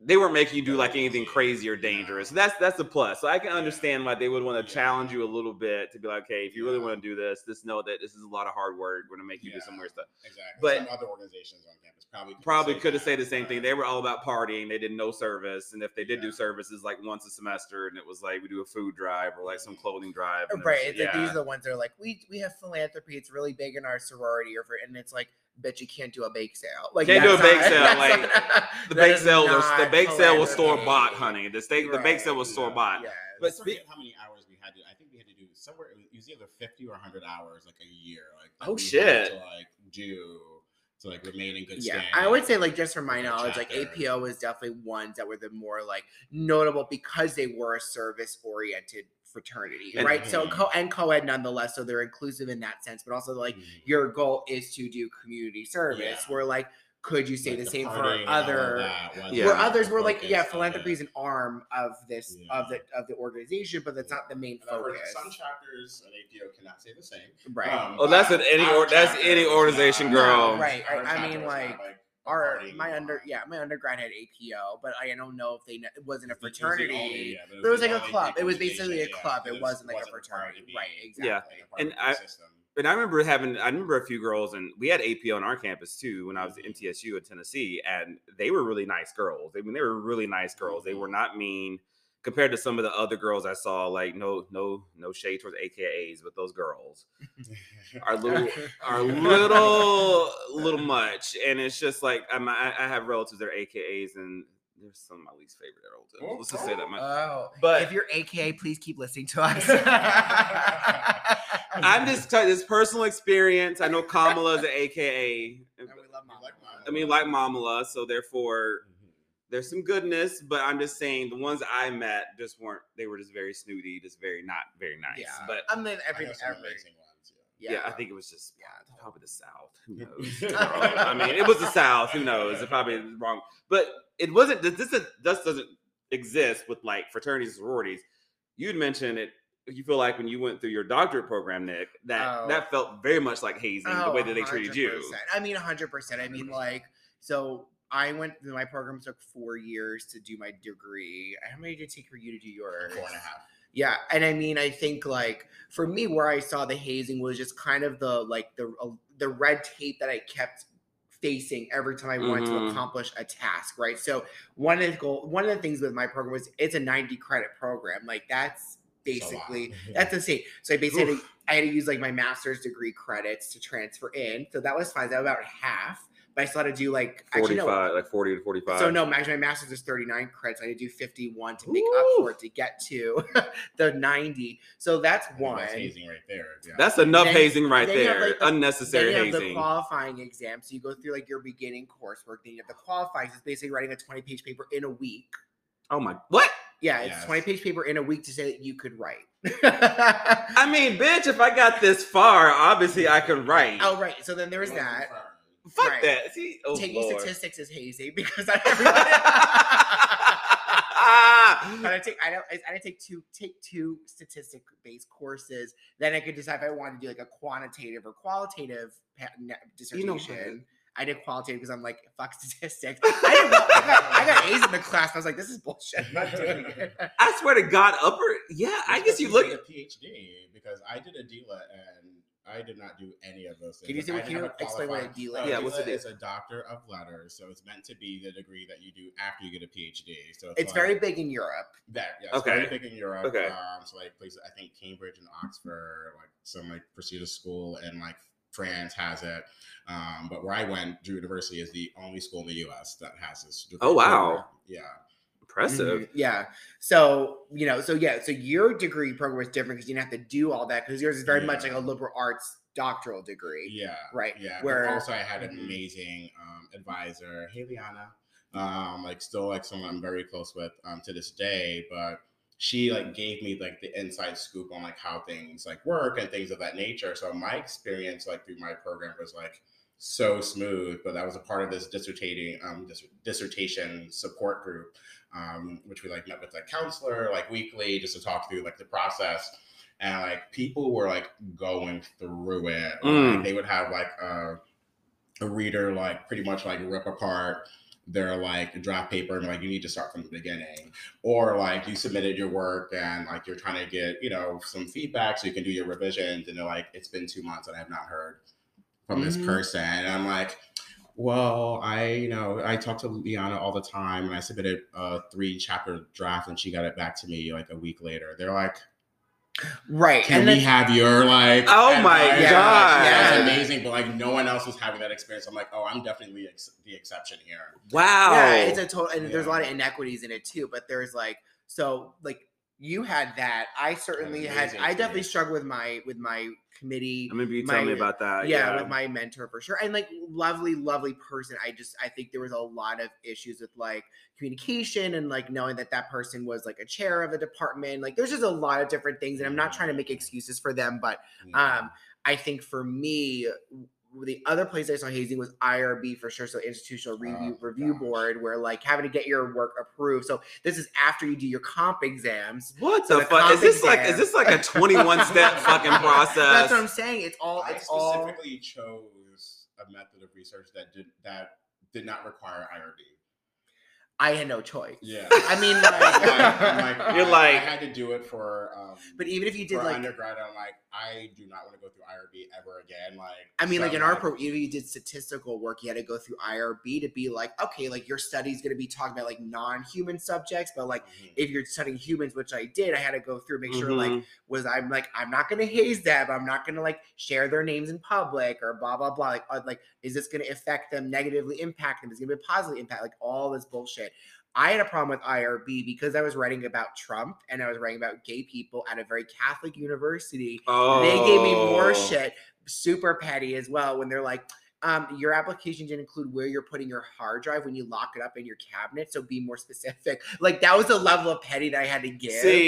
Speaker 1: They weren't making you do like anything
Speaker 3: Yeah.
Speaker 1: crazy or dangerous. So that's that's a plus. So I can
Speaker 3: Yeah.
Speaker 1: understand why they would want to
Speaker 3: Yeah.
Speaker 1: challenge you a little bit to be like, okay, if you really
Speaker 3: Yeah.
Speaker 1: want to do this, just know that this is a lot of hard work. We're gonna make you do some
Speaker 3: Yeah.
Speaker 1: weird stuff.
Speaker 3: Exactly.
Speaker 1: But-
Speaker 3: some other organizations on campus probably could've
Speaker 1: Probably
Speaker 3: said
Speaker 1: could have
Speaker 3: that,
Speaker 1: said the same
Speaker 3: but-
Speaker 1: thing. They were all about partying. They did no service, and if they did do
Speaker 3: Yeah.
Speaker 1: services like once a semester, and it was like we do a food drive or like some clothing drive. and
Speaker 2: right.
Speaker 1: there's-
Speaker 2: It's like these are the ones that are like, we we have philanthropy. It's really big in our sorority, or for, and it's like, bet you can't do a bake sale. Like
Speaker 1: Can't do a
Speaker 2: that's
Speaker 1: bake sale,
Speaker 2: that's
Speaker 1: like,
Speaker 2: not-
Speaker 1: the
Speaker 2: that
Speaker 1: bake
Speaker 2: is
Speaker 1: sale was the
Speaker 2: not
Speaker 1: bake sale was store
Speaker 2: philanthropy.
Speaker 1: bought, honey. The steak the bake
Speaker 2: Right.
Speaker 1: sale was store bought.
Speaker 2: Yes.
Speaker 1: But
Speaker 3: But
Speaker 1: speak-
Speaker 3: how many hours we had to? I think we had to do somewhere. It was, it was either fifty or hundred hours, like a year. Like that
Speaker 1: Oh,
Speaker 3: we had
Speaker 1: shit.
Speaker 3: To like do to like remain in good
Speaker 2: yeah,
Speaker 3: standing.
Speaker 2: I would say like just from my
Speaker 3: Like a
Speaker 2: knowledge, like
Speaker 3: chapter.
Speaker 2: APO was definitely ones that were the more like notable because they were a service oriented fraternity,
Speaker 1: And-
Speaker 2: right? So
Speaker 3: Mhm.
Speaker 2: co and co-ed nonetheless, so they're inclusive in that sense, but also like
Speaker 3: Mhm.
Speaker 2: your goal is to do community service.
Speaker 3: Yeah.
Speaker 2: Where like could you say
Speaker 3: like
Speaker 2: the,
Speaker 3: the
Speaker 2: same
Speaker 3: partying
Speaker 2: for
Speaker 3: and all of
Speaker 2: other
Speaker 3: that was
Speaker 1: Yeah.
Speaker 2: where
Speaker 3: not the
Speaker 2: others were like
Speaker 3: focus
Speaker 2: yeah
Speaker 3: of
Speaker 2: philanthropy
Speaker 3: it.
Speaker 2: is an arm of this of the of the organization but that's not the main
Speaker 3: And I've heard
Speaker 2: focus
Speaker 3: Some chapters at APO cannot say the same.
Speaker 2: right
Speaker 3: Um,
Speaker 1: Oh, that's
Speaker 3: but
Speaker 1: an- any
Speaker 3: our
Speaker 1: or- that's
Speaker 3: chapter
Speaker 1: any
Speaker 3: is
Speaker 1: organization,
Speaker 3: not-
Speaker 1: girl.
Speaker 2: No, right,
Speaker 3: our
Speaker 2: right. I
Speaker 3: chapter
Speaker 2: mean,
Speaker 3: was not,
Speaker 2: like,
Speaker 3: a
Speaker 2: our
Speaker 3: partying
Speaker 2: my
Speaker 3: one.
Speaker 2: under yeah my undergrad had APO but I don't know if they kn- it wasn't a
Speaker 3: It was the only-
Speaker 2: fraternity
Speaker 3: yeah, but
Speaker 2: But it was like
Speaker 3: the
Speaker 2: a
Speaker 3: only
Speaker 2: club. It was
Speaker 3: organization,
Speaker 2: basically a
Speaker 3: yeah,
Speaker 2: club.
Speaker 3: but
Speaker 2: It wasn't like a
Speaker 3: wasn't required
Speaker 2: fraternity.
Speaker 3: to be
Speaker 2: Right,
Speaker 3: in
Speaker 1: Yeah.
Speaker 2: exactly.
Speaker 3: the
Speaker 1: And
Speaker 3: fraternity
Speaker 1: I-
Speaker 3: system.
Speaker 1: And I remember having, I remember a few girls, and we had APO on our campus too when I was at
Speaker 2: Mm-hmm.
Speaker 3: Mhm.
Speaker 1: MTSU in Tennessee, and they were really nice girls. I mean, they were really nice girls. They
Speaker 2: Mm-hmm.
Speaker 1: were not mean compared to some of the other girls I saw. Like, no, no, no shade towards AKAs, but those girls are little, are little, little much. And it's just like I'm, I, I have relatives that are AKAs, and they're some of my least favorite relatives. Let's just say that. My,
Speaker 2: oh
Speaker 1: but
Speaker 2: if you're AKA please keep listening to us
Speaker 1: I'm just telling this personal experience. I know Kamala is an AKA.
Speaker 2: And we love Mama.
Speaker 3: like Mama.
Speaker 1: I mean, like Mamala, so therefore there's some goodness, but I'm just saying the ones I met just weren't. They were just very snooty, just very not very nice.
Speaker 2: Yeah.
Speaker 1: But
Speaker 2: I mean
Speaker 3: I
Speaker 2: every
Speaker 3: know some
Speaker 2: every
Speaker 3: amazing ones,
Speaker 1: yeah. I think it was just
Speaker 2: Yeah, the
Speaker 1: probably the South. Who knows?
Speaker 3: yeah.
Speaker 1: I mean, it was the South. Who knows? It probably is wrong, but it wasn't. This this, this doesn't exist with like fraternities and sororities. You'd mentioned it. You feel like when you went through your doctorate program, Nick, that
Speaker 2: Oh.
Speaker 1: that felt very much like hazing the
Speaker 2: Oh,
Speaker 1: way that they treated you. Mm-hmm.
Speaker 2: 100%. I mean, 100%. I mean,
Speaker 3: 100%.
Speaker 2: like, so I went, my program took four years to do my degree. How many did it take for you to do yours?
Speaker 3: Four and a half.
Speaker 2: Yeah. And I mean, I think, like, for me, where I saw the hazing was just kind of the, like, the, uh, the red tape that I kept facing every time I wanted to
Speaker 3: Mm-hmm.
Speaker 1: Mhm.
Speaker 2: accomplish a task, right? So one of the goal, one of the things with my program was it's a 90 credit program. Like, that's
Speaker 3: It's a lot.
Speaker 2: basically that's insane. So I basically had to,
Speaker 1: Oof.
Speaker 2: I had to use like my master's degree credits to transfer in. So that was fine. That was about half. But I still had to do like actually no.
Speaker 1: Forty-five, like forty to forty-five.
Speaker 2: So no, actually my master's is 39 credits. I had to do 51 to make up for it to get to the 90. So that's
Speaker 3: I mean,
Speaker 2: one.
Speaker 3: That's hazing right there. yeah.
Speaker 1: That's enough
Speaker 2: Then-
Speaker 1: hazing right
Speaker 2: then you have,
Speaker 1: there.
Speaker 2: like, the- Then
Speaker 1: Unnecessary
Speaker 2: you have the
Speaker 1: hazing.
Speaker 2: qualifying exam. So you go through like your beginning coursework, then you have the qualifying. So it's basically writing a 20 page paper in a week.
Speaker 1: Oh my what?
Speaker 2: Yeah, it's
Speaker 3: Yes.
Speaker 2: 20 page paper in a week to say that you could write.
Speaker 1: I mean, bitch, if I got this far, obviously I can write.
Speaker 2: oh, right. So then there was
Speaker 3: It wasn't
Speaker 2: that.
Speaker 3: confirmed.
Speaker 1: Fuck
Speaker 2: right.
Speaker 1: that. See, oh
Speaker 2: taking
Speaker 1: Lord.
Speaker 2: statistics is hazy because I everybody. But I take I don't I, I didn't take two take two statistic based courses. Then I could decide if I wanted to do like a quantitative or qualitative pa- ne-
Speaker 1: You know,
Speaker 2: dissertation. I did qualitative because I'm like fuck statistics. I, didn't, want- I, got, I got A's in the class. I was like, this is bullshit. I'm not doing it.
Speaker 1: I swear to God, upper. Yeah, I guess you look.
Speaker 3: at a PhD because I did a DLA and I did not do any of those things.
Speaker 2: Can you say
Speaker 3: I
Speaker 2: what-
Speaker 3: didn't
Speaker 2: can
Speaker 3: have
Speaker 2: you explain what a DLA
Speaker 3: qualified- So
Speaker 1: Yeah, what's a
Speaker 3: DLA
Speaker 1: D-
Speaker 3: It's a Doctor of Letters, so it's meant to be the degree that you do after you get a PhD. So it's,
Speaker 2: It's
Speaker 3: like
Speaker 2: very big in Europe.
Speaker 3: that. Yeah, it's
Speaker 1: Okay.
Speaker 3: very big in Europe.
Speaker 1: Okay.
Speaker 3: Um, so like places, I think Cambridge and Oxford, like some like prestigious school, and like France has it. Um, but where I went, Drew University is the only school in the U.S. that has this. degree
Speaker 1: Oh, wow.
Speaker 3: program. Yeah.
Speaker 1: Impressive.
Speaker 2: Mhm, Yeah. So, you know, so yeah, so your degree program was different because you didn't have to do all that because yours is very much like
Speaker 3: Yeah.
Speaker 2: a liberal arts doctoral degree.
Speaker 3: Yeah.
Speaker 2: Right,
Speaker 3: Yeah. but
Speaker 2: where-
Speaker 3: also I had an
Speaker 2: Mhm.
Speaker 3: amazing um, advisor, hey Liana. Um, like still like someone I'm very close with um, to this day, but she like gave me like the inside scoop on like how things like work and things of that nature. So my experience like through my program was like so smooth, but that was a part of this dissertating um, dis- dissertation support group, um, which we like met with like counselor like weekly just to talk through like the process and like people were like going through it. Like,
Speaker 1: Mm.
Speaker 3: they would have like a, a reader like pretty much like rip apart their like draft paper and like you need to start from the beginning, or like you submitted your work and like you're trying to get you know some feedback so you can do your revisions, and they're like it's been two months and I have not heard from this
Speaker 2: Mhm.
Speaker 3: person, and I'm like. Well, I you know I talk to Liana all the time, and I submitted a three chapter draft, and she got it back to me like a week later. They're like,
Speaker 2: Right.
Speaker 3: can
Speaker 2: and
Speaker 3: we
Speaker 2: then-
Speaker 3: have your like?
Speaker 1: Oh my
Speaker 3: advice?
Speaker 2: God.
Speaker 3: Like, that's
Speaker 2: Yeah.
Speaker 3: amazing. But like, no one else was having that experience. I'm like, oh, I'm definitely ex- the exception here.
Speaker 1: Wow.
Speaker 2: Yeah, it's a total, and there's a lot of
Speaker 3: Oh, Yeah.
Speaker 2: inequities in it too. But there's like, so like you had that. I certainly had.
Speaker 3: amazing
Speaker 2: I definitely
Speaker 3: experience.
Speaker 2: struggled with my with my committee.
Speaker 1: I remember you telling me
Speaker 2: my-
Speaker 1: about
Speaker 3: uh,
Speaker 1: that.
Speaker 2: yeah, with my mentor for sure, and like lovely, lovely person. I just I think there was a lot of issues with like communication and like knowing that that person was like a chair of a department. Like there's just a lot of different things, and I'm not trying to make excuses for them, but um, I think for me, the other place I saw hazing was IRB for sure, so Institutional Review
Speaker 3: Oh,
Speaker 2: Review
Speaker 3: gosh.
Speaker 2: Board, where like having to get your work approved. So this is after you do your comp exams.
Speaker 1: What
Speaker 2: So
Speaker 1: the
Speaker 2: the
Speaker 1: fuck? Is this
Speaker 2: comp
Speaker 1: like is
Speaker 2: exam-
Speaker 1: this like a 21 step fucking process?
Speaker 2: That's what I'm saying. It's all.
Speaker 3: I
Speaker 2: It's all.
Speaker 3: specifically chose a method of research that did that did not require IRB.
Speaker 2: I had no choice.
Speaker 3: Yeah.
Speaker 2: I mean, like,
Speaker 3: I'm like,
Speaker 1: You're
Speaker 3: I-
Speaker 1: like-
Speaker 3: I had to do it for. Um,
Speaker 2: but even if you
Speaker 3: for
Speaker 2: did like
Speaker 3: undergrad, I'm like, I do not want to go through IRB ever again. Like,
Speaker 2: I mean,
Speaker 3: so
Speaker 2: like in
Speaker 3: I'm
Speaker 2: our program, if you did statistical work, you had to go through IRB to be like, okay, like your study's going to be talking about like non-human subjects, but like
Speaker 3: Mhm.
Speaker 2: if you're studying humans, which I did, I had to go through make sure like
Speaker 1: Mhm.
Speaker 2: was I'm like I'm not going to haze them, I'm not going to like share their names in public or blah blah blah. Like uh, like is this going to affect them negatively, impact them? Is it going to be a positive impact? Like all this bullshit. I had a problem with IRB because I was writing about Trump and I was writing about gay people at a very Catholic university
Speaker 1: oh.
Speaker 2: they gave me more shit, super petty as well, when they're like, um, your application didn't include where you're putting your hard drive when you lock it up in your cabinet, so be more specific. Like that was the level of petty that I had to give.
Speaker 1: See,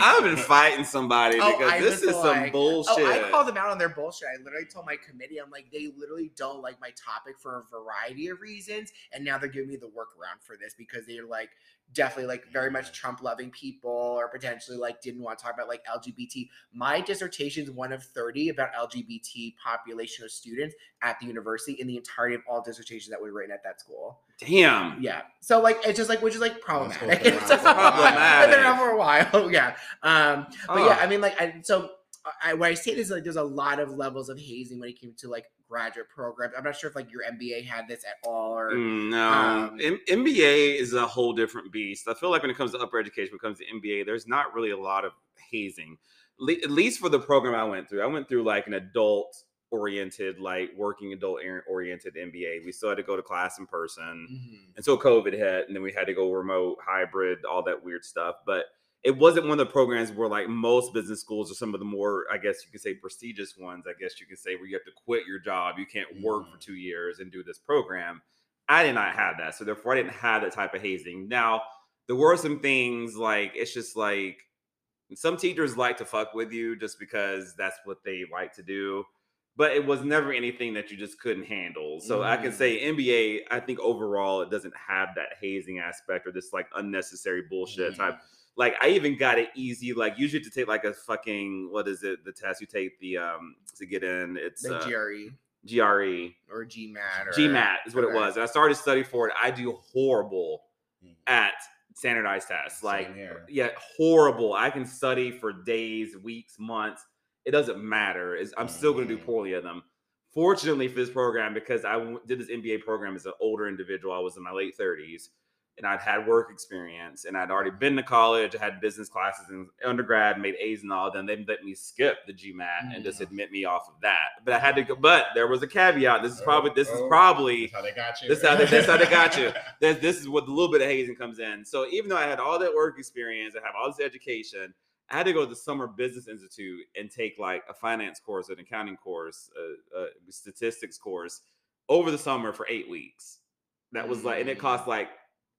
Speaker 2: oh,
Speaker 1: I've been fighting somebody
Speaker 2: Oh,
Speaker 1: because
Speaker 2: I
Speaker 1: this
Speaker 2: was
Speaker 1: is some
Speaker 2: like-
Speaker 1: bullshit.
Speaker 2: Oh, I called them out on their bullshit. I literally told my committee, I'm like, they literally don't like my topic for a variety of reasons, and now they're giving me the workaround for this because they're like definitely like very much Trump loving people or potentially like didn't want to talk about like LGBT. My dissertation is one of 30 about LGBT population of students at the university in the entirety of all dissertations that were written at that school.
Speaker 1: Damn.
Speaker 2: Yeah. So like it's just like which is like
Speaker 3: That's
Speaker 2: problematic. It's
Speaker 3: so
Speaker 2: just I've
Speaker 1: problematic.
Speaker 2: been around for a while. yeah. Um but yeah,
Speaker 1: Oh.
Speaker 2: I mean, like, I so I, when I say this, like, there's a lot of levels of hazing when it came to like graduate programs. I'm not sure if like your MBA had this at all, or
Speaker 1: Mm, No,
Speaker 2: Um,
Speaker 1: M- MBA is a whole different beast. I feel like when it comes to upper education, when it comes to MBA, there's not really a lot of hazing, Le- at least for the program I went through. I went through like an adult oriented, like working adult or- oriented MBA. We still had to go to class in person
Speaker 2: Mm-hmm.
Speaker 1: until COVID hit, and then we had to go remote, hybrid, all that weird stuff. But it wasn't one of the programs where like most business schools are some of the more, I guess you could say, prestigious ones. I guess you could say where you have to quit your job, you can't work for
Speaker 3: Mhm.
Speaker 1: two years and do this program. I did not have that, so therefore I didn't have that type of hazing. Now there were some things like it's just like some teachers like to fuck with you just because that's what they like to do but it was never anything that you just couldn't handle so i can
Speaker 3: Mm.
Speaker 1: say nba i think overall it doesn't have that hazing aspect or this like unnecessary bullshit
Speaker 2: Mm-hmm.
Speaker 1: type like i even got it easy like usually to take like a fucking what is it the test you take the um to get in it's
Speaker 2: the E.
Speaker 1: uh,
Speaker 2: GRE
Speaker 1: gre
Speaker 2: or GMAT or
Speaker 1: gmat is what it
Speaker 2: E, okay.
Speaker 1: was and i started to study for it i do horrible
Speaker 3: Mhm.
Speaker 1: at standardized tests.
Speaker 3: Same
Speaker 1: Like,
Speaker 3: here.
Speaker 1: yeah, horrible. I can study for days, weeks, months. It doesn't matter. It's, I'm still going to do
Speaker 3: Mhm.
Speaker 1: poorly at them. Fortunately for this program, because I w- did this MBA program as an older individual, I was in my late 30s and I'd had work experience and I'd already been to college. I had business classes in undergrad, made A's and all. Then they let me skip the GMAT and just
Speaker 3: Mhm.
Speaker 1: admit me off of that. But I had to go, but there was a caveat. This is
Speaker 3: Oh,
Speaker 1: probably, this is
Speaker 3: oh.
Speaker 1: probably
Speaker 3: That's how they got you.
Speaker 1: This how they- that's how they got you. that this is what the little bit of hazing comes in. So even though I had all that work experience, I have all this education, I had to go to the Summer Business Institute and take like a finance course, an accounting course, a, a statistics course over the summer for eight weeks. That was like, and it cost like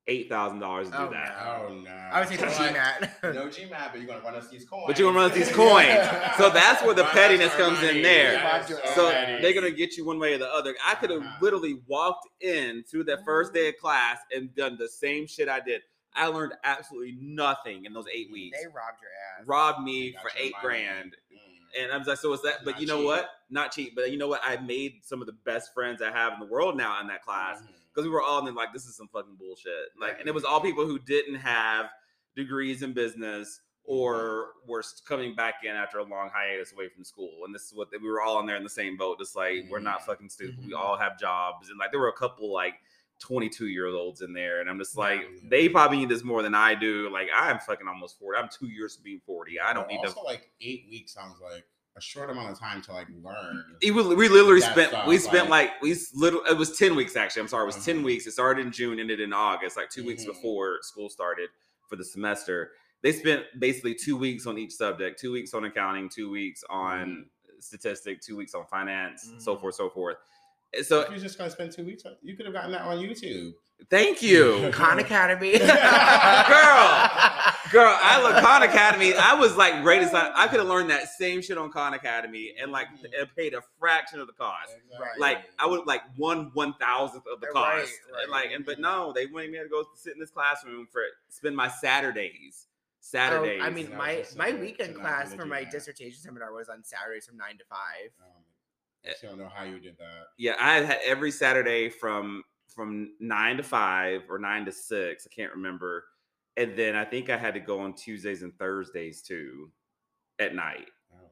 Speaker 1: eight thousand dollars to do
Speaker 2: Oh,
Speaker 1: that.
Speaker 3: Mm. Oh no.
Speaker 2: I would say the
Speaker 3: But, like,
Speaker 2: GMAT.
Speaker 3: No GMAT, but you're gonna run us these coins.
Speaker 1: But you're gonna run us these
Speaker 2: coins. So
Speaker 1: that's where the
Speaker 3: Run us
Speaker 1: pettiness
Speaker 3: our
Speaker 1: comes in
Speaker 3: money.
Speaker 1: there.
Speaker 3: Yes,
Speaker 2: So
Speaker 1: So
Speaker 3: already.
Speaker 1: they're gonna get you one way or the other. I could have
Speaker 3: Oh, Uh-huh. Mm.
Speaker 1: literally walked in to that first day of class and done the same shit I did. I learned absolutely nothing in those eight weeks.
Speaker 2: they robbed your ass.
Speaker 1: robbed
Speaker 3: Mm, They
Speaker 1: me
Speaker 3: got
Speaker 1: for
Speaker 3: your
Speaker 1: eight
Speaker 3: money.
Speaker 1: grand.
Speaker 3: Mm.
Speaker 1: And I'm like, so what's that? But
Speaker 3: Not
Speaker 1: you know
Speaker 3: cheap.
Speaker 1: what? Not cheap. But you know what? I made some of the best friends I have in the world now in that class
Speaker 3: Mhm.
Speaker 1: because we were all in there like, this is some fucking bullshit. Like, and it was
Speaker 3: Right.
Speaker 1: all people who didn't have degrees in business or
Speaker 3: Mm-hmm.
Speaker 1: were s- coming back in after a long hiatus away from school. And this is what we were all in there in the same boat. Just like, we're not
Speaker 3: Mhm.
Speaker 1: fucking stupid. We
Speaker 2: Mhm.
Speaker 1: all have jobs. And like, there were a couple like 22 year olds in there. And I'm just like,
Speaker 3: Yeah.
Speaker 1: they probably need this more than I do. Like, I'm fucking almost 40. I'm two years from being 40. I don't
Speaker 3: But
Speaker 1: need to
Speaker 3: also, like eight weeks sounds like a short amount of time to like learn.
Speaker 1: It was, we literally
Speaker 3: That
Speaker 1: spent
Speaker 3: sounds
Speaker 1: we spent
Speaker 3: like-
Speaker 1: like we s- little it was ten weeks actually. I'm sorry, it was ten
Speaker 3: Mhm.
Speaker 1: weeks. It started in June, ended in August, like 2 weeks
Speaker 3: Mhm.
Speaker 1: before school started for the semester. They spent basically two weeks on each subject, two weeks
Speaker 3: Mm-hmm.
Speaker 1: on accounting, two weeks on statistic, two weeks on finance, so
Speaker 2: Mhm.
Speaker 1: forth, so forth. So
Speaker 3: if you're just gonna spend two weeks, on- you could have gotten that on YouTube.
Speaker 1: thank you.
Speaker 2: Khan Academy.
Speaker 3: Girl.
Speaker 1: Girl, I look Khan Academy. I was like greatest. I, I could have learned that same shit on Khan Academy and like
Speaker 3: Mhm.
Speaker 1: and paid a fraction of the cost.
Speaker 2: Right.
Speaker 1: Like I would like one one thousandth of the cost.
Speaker 2: Right, right.
Speaker 1: And, like and but no, they wanted me to go sit in this classroom for spend my Saturdays.
Speaker 2: Oh,
Speaker 1: Saturdays.
Speaker 2: I
Speaker 3: And
Speaker 2: mean,
Speaker 3: I was
Speaker 2: my
Speaker 3: just
Speaker 2: my
Speaker 3: saying,
Speaker 2: weekend
Speaker 3: so now
Speaker 2: class
Speaker 3: they
Speaker 2: for
Speaker 3: do
Speaker 2: my
Speaker 3: that.
Speaker 2: dissertation seminar was on Saturdays from nine to five.
Speaker 3: Um, I still don't know how you did that.
Speaker 1: yeah, I had every Saturday from from nine to five or nine to six. I can't remember. And then I think I had to go on Tuesdays and Thursdays too at night.
Speaker 3: Oh,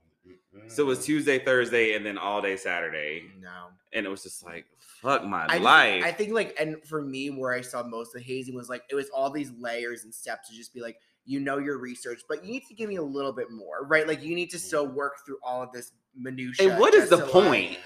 Speaker 1: So it was
Speaker 2: Mm.
Speaker 3: mm-mm.
Speaker 1: Tuesday, Thursday, and then all day Saturday.
Speaker 2: No.
Speaker 1: And it was just like, fuck my
Speaker 2: I just-
Speaker 1: life.
Speaker 2: I think like, and for me, where I saw most of the hazing was like it was all these layers and steps to just be like, you know your research, but you need to give me a little bit more, right? Like you need to still work through all of this minutia.
Speaker 1: And what is the
Speaker 2: just to, like-
Speaker 1: point?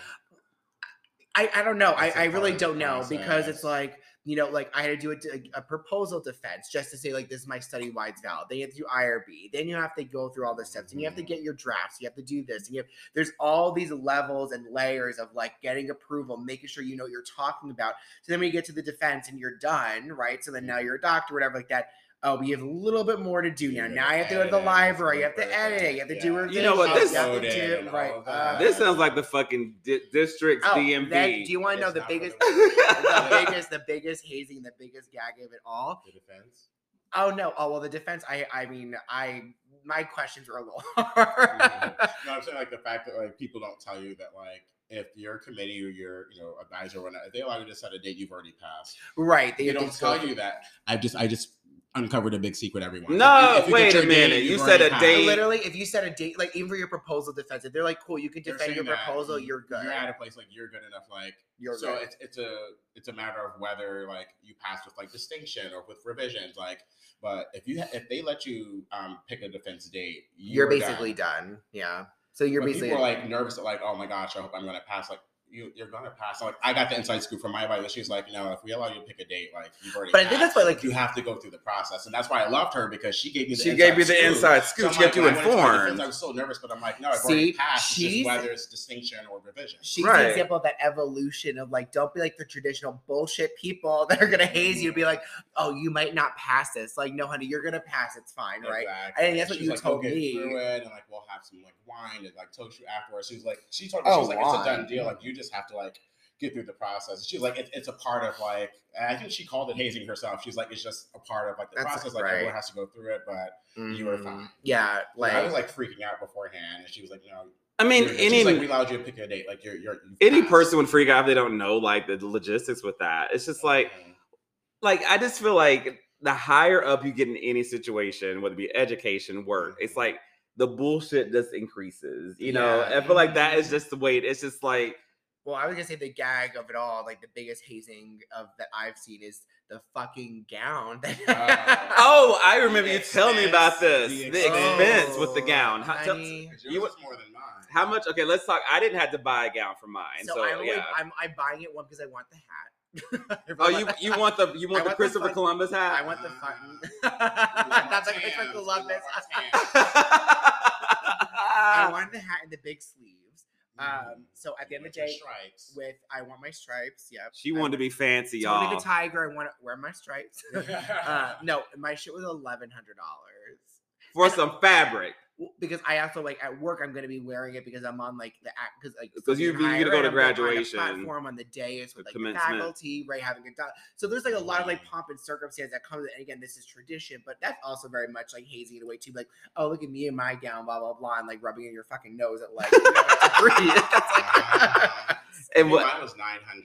Speaker 2: I, I don't know. I,
Speaker 3: That's a
Speaker 2: I really
Speaker 3: part of the
Speaker 2: don't know because it's
Speaker 3: process.
Speaker 2: like, you know, like I had to do a, d- a proposal defense just to say, like, this is my study wide valid. Then you have to do IRB. Then you have to go through all the steps and you have to
Speaker 3: Mhm.
Speaker 2: get your drafts. You have to do this. And you have, there's all these levels and layers of like getting approval, making sure you know what you're talking about. So then when you get to the defense and you're done, right? So then now you're a doctor, whatever, like that. Oh, we have a little bit more to do now.
Speaker 3: Mm-hmm. You
Speaker 2: Now I have to go to the
Speaker 3: edit,
Speaker 2: library. You have
Speaker 3: super
Speaker 2: to edit. You have to do
Speaker 3: edit,
Speaker 2: revisions.
Speaker 1: You know what, this-
Speaker 2: you have to
Speaker 3: Upload it
Speaker 2: do-
Speaker 3: and
Speaker 2: right, uh,
Speaker 3: all of that.
Speaker 1: this sounds like the fucking di- district's
Speaker 2: Oh,
Speaker 1: DMV.
Speaker 2: that- do you want to know
Speaker 3: It's
Speaker 2: the
Speaker 3: not
Speaker 2: biggest,
Speaker 3: for the-
Speaker 2: the biggest, the biggest hazing, the biggest gag of it all?
Speaker 3: The defense.
Speaker 2: Oh no! Oh well, the defense. I, I mean, I, my questions are a little hard.
Speaker 3: no, I'm saying like the fact that like people don't tell you that like if your committee or your you know advisor or whatnot, if they allow you to set a date, you've already passed.
Speaker 2: right?
Speaker 3: They
Speaker 2: have to
Speaker 3: don't
Speaker 2: just
Speaker 3: tell
Speaker 2: go-
Speaker 3: you that. I just I just uncovered a big secret, everyone.
Speaker 1: No,
Speaker 3: If you- if you
Speaker 1: wait a
Speaker 3: get your date,
Speaker 1: minute. You
Speaker 3: you've
Speaker 1: said
Speaker 3: already
Speaker 1: a
Speaker 3: passed.
Speaker 1: date.
Speaker 2: Literally, if you set a date, like even for your proposal defense, if they're like, "Cool, you can
Speaker 3: They're
Speaker 2: defend your
Speaker 3: saying that
Speaker 2: proposal, you're good."
Speaker 3: You're at a place like you're good enough. Like
Speaker 2: You're
Speaker 3: so
Speaker 2: good.
Speaker 3: it's it's a it's a matter of whether like you pass with like distinction or with revisions. Like, but if you if they let you um pick a defense date, you
Speaker 2: You're
Speaker 3: are done.
Speaker 2: basically done. Yeah. So you're
Speaker 3: But
Speaker 2: basically
Speaker 3: people are like nervous, like, oh my gosh, I hope I'm gonna pass. Like, you, you're gonna pass. Like, I got the inside scoop from my advisor. She's like, no, if we allow you to pick a date, like you've already.
Speaker 2: But I think
Speaker 3: passed.
Speaker 2: that's why, like-
Speaker 3: you have to go through the process, and that's why I loved her because she gave me the
Speaker 1: she
Speaker 3: inside
Speaker 1: gave you the
Speaker 3: scoop.
Speaker 1: inside
Speaker 3: So
Speaker 1: scoop.
Speaker 3: I'm
Speaker 1: she kept
Speaker 3: like,
Speaker 1: you
Speaker 3: when I went into my defense,
Speaker 1: informed.
Speaker 3: I was so nervous, but I'm like, no, I've
Speaker 2: See,
Speaker 3: already passed. It's
Speaker 2: she's-
Speaker 3: just whether it's distinction or revision.
Speaker 2: She's
Speaker 1: Right.
Speaker 2: an example of that evolution of like, don't be like the traditional bullshit people that are gonna haze you. Be
Speaker 3: Mm-hmm.
Speaker 2: like, oh, you might not pass this. Like, no, honey, you're gonna pass. It's fine, right?
Speaker 3: Exactly.
Speaker 2: I think that's what
Speaker 3: She's
Speaker 2: you
Speaker 3: like, "We'll
Speaker 2: told
Speaker 3: get
Speaker 2: me."
Speaker 3: Through it, and like we'll have some like wine and like toast you afterwards. She was like, she told me
Speaker 2: Oh,
Speaker 3: she was like, it's a
Speaker 2: wine.
Speaker 3: done deal. Like you just have to like get through the process. She's like, it, it's a part of like. and I think she called it hazing herself. She's like, it's just a part of like the
Speaker 2: That's
Speaker 3: process. Like
Speaker 2: right.
Speaker 3: everyone has to go through it, but you were
Speaker 2: Mhm.
Speaker 1: Mm-hmm.
Speaker 3: fine.
Speaker 2: Yeah, like,
Speaker 3: like, I was like freaking out beforehand, and she was like, no.
Speaker 1: I mean,
Speaker 3: you're good.
Speaker 1: any
Speaker 3: She's like, we allowed you to pick a date. Like you're, you're you've
Speaker 1: any
Speaker 3: passed."
Speaker 1: person would freak out if they don't know like the logistics with that. It's just like like I just feel like the higher up you get in any situation, whether it be education, work, it's like the bullshit just increases. You know,
Speaker 2: Yeah.
Speaker 1: I feel like that is just the way. It, it's just like
Speaker 2: well, I was gonna say the gag of it all, like the biggest hazing of that I've seen is the fucking gown. That
Speaker 3: Oh.
Speaker 1: oh, I remember you
Speaker 3: The
Speaker 1: telling me about this.
Speaker 3: expense,
Speaker 1: The
Speaker 3: the
Speaker 1: expense with the
Speaker 2: Oh,
Speaker 1: gown. How, tell-
Speaker 2: honey.
Speaker 3: Yours
Speaker 1: You-
Speaker 3: is more than mine.
Speaker 1: how much? Okay, let's talk. I didn't have to buy a gown for mine, so,
Speaker 2: so I'm, only,
Speaker 1: yeah.
Speaker 2: I'm I'm buying it one because I want the hat. I
Speaker 1: Oh,
Speaker 2: want
Speaker 1: you
Speaker 2: the-
Speaker 1: you want the you want, the
Speaker 2: I want the
Speaker 1: Christopher
Speaker 2: fun-
Speaker 1: Columbus
Speaker 2: I
Speaker 1: hat?
Speaker 2: want the
Speaker 3: Um,
Speaker 2: button.
Speaker 3: We love our
Speaker 2: Not the
Speaker 3: tans.
Speaker 2: Christopher
Speaker 3: We
Speaker 2: Columbus.
Speaker 3: love our tans.
Speaker 1: Ah.
Speaker 2: I want the hat and the big sleeves.
Speaker 3: Mm-hmm.
Speaker 2: Um, so at the end of the
Speaker 3: With your
Speaker 2: day,
Speaker 3: stripes.
Speaker 2: with I want my stripes. Yep.
Speaker 1: she wanted to be fancy,
Speaker 2: So I'm gonna be
Speaker 1: y'all.
Speaker 2: the tiger. I want to wear my stripes. uh, no, my shit was eleven hundred dollars.
Speaker 1: for some fabric.
Speaker 2: w- because I also like at work I'm gonna be wearing it because I'm on like the because like
Speaker 1: 'Cause you-
Speaker 2: being
Speaker 1: you gotta go
Speaker 2: hired,
Speaker 1: to
Speaker 2: I'm gonna- on the
Speaker 1: graduation.
Speaker 2: platform on the day it's with like the
Speaker 1: Commencement.
Speaker 2: faculty right having a doc- so there's like a lot of like pomp and circumstance that comes and again this is tradition but that's also very much like hazing it away too like oh look at me in my gown blah blah blah and like rubbing in your fucking nose at like you know, it's free. It's like-
Speaker 3: Ah.
Speaker 1: And what?
Speaker 3: mine was 900.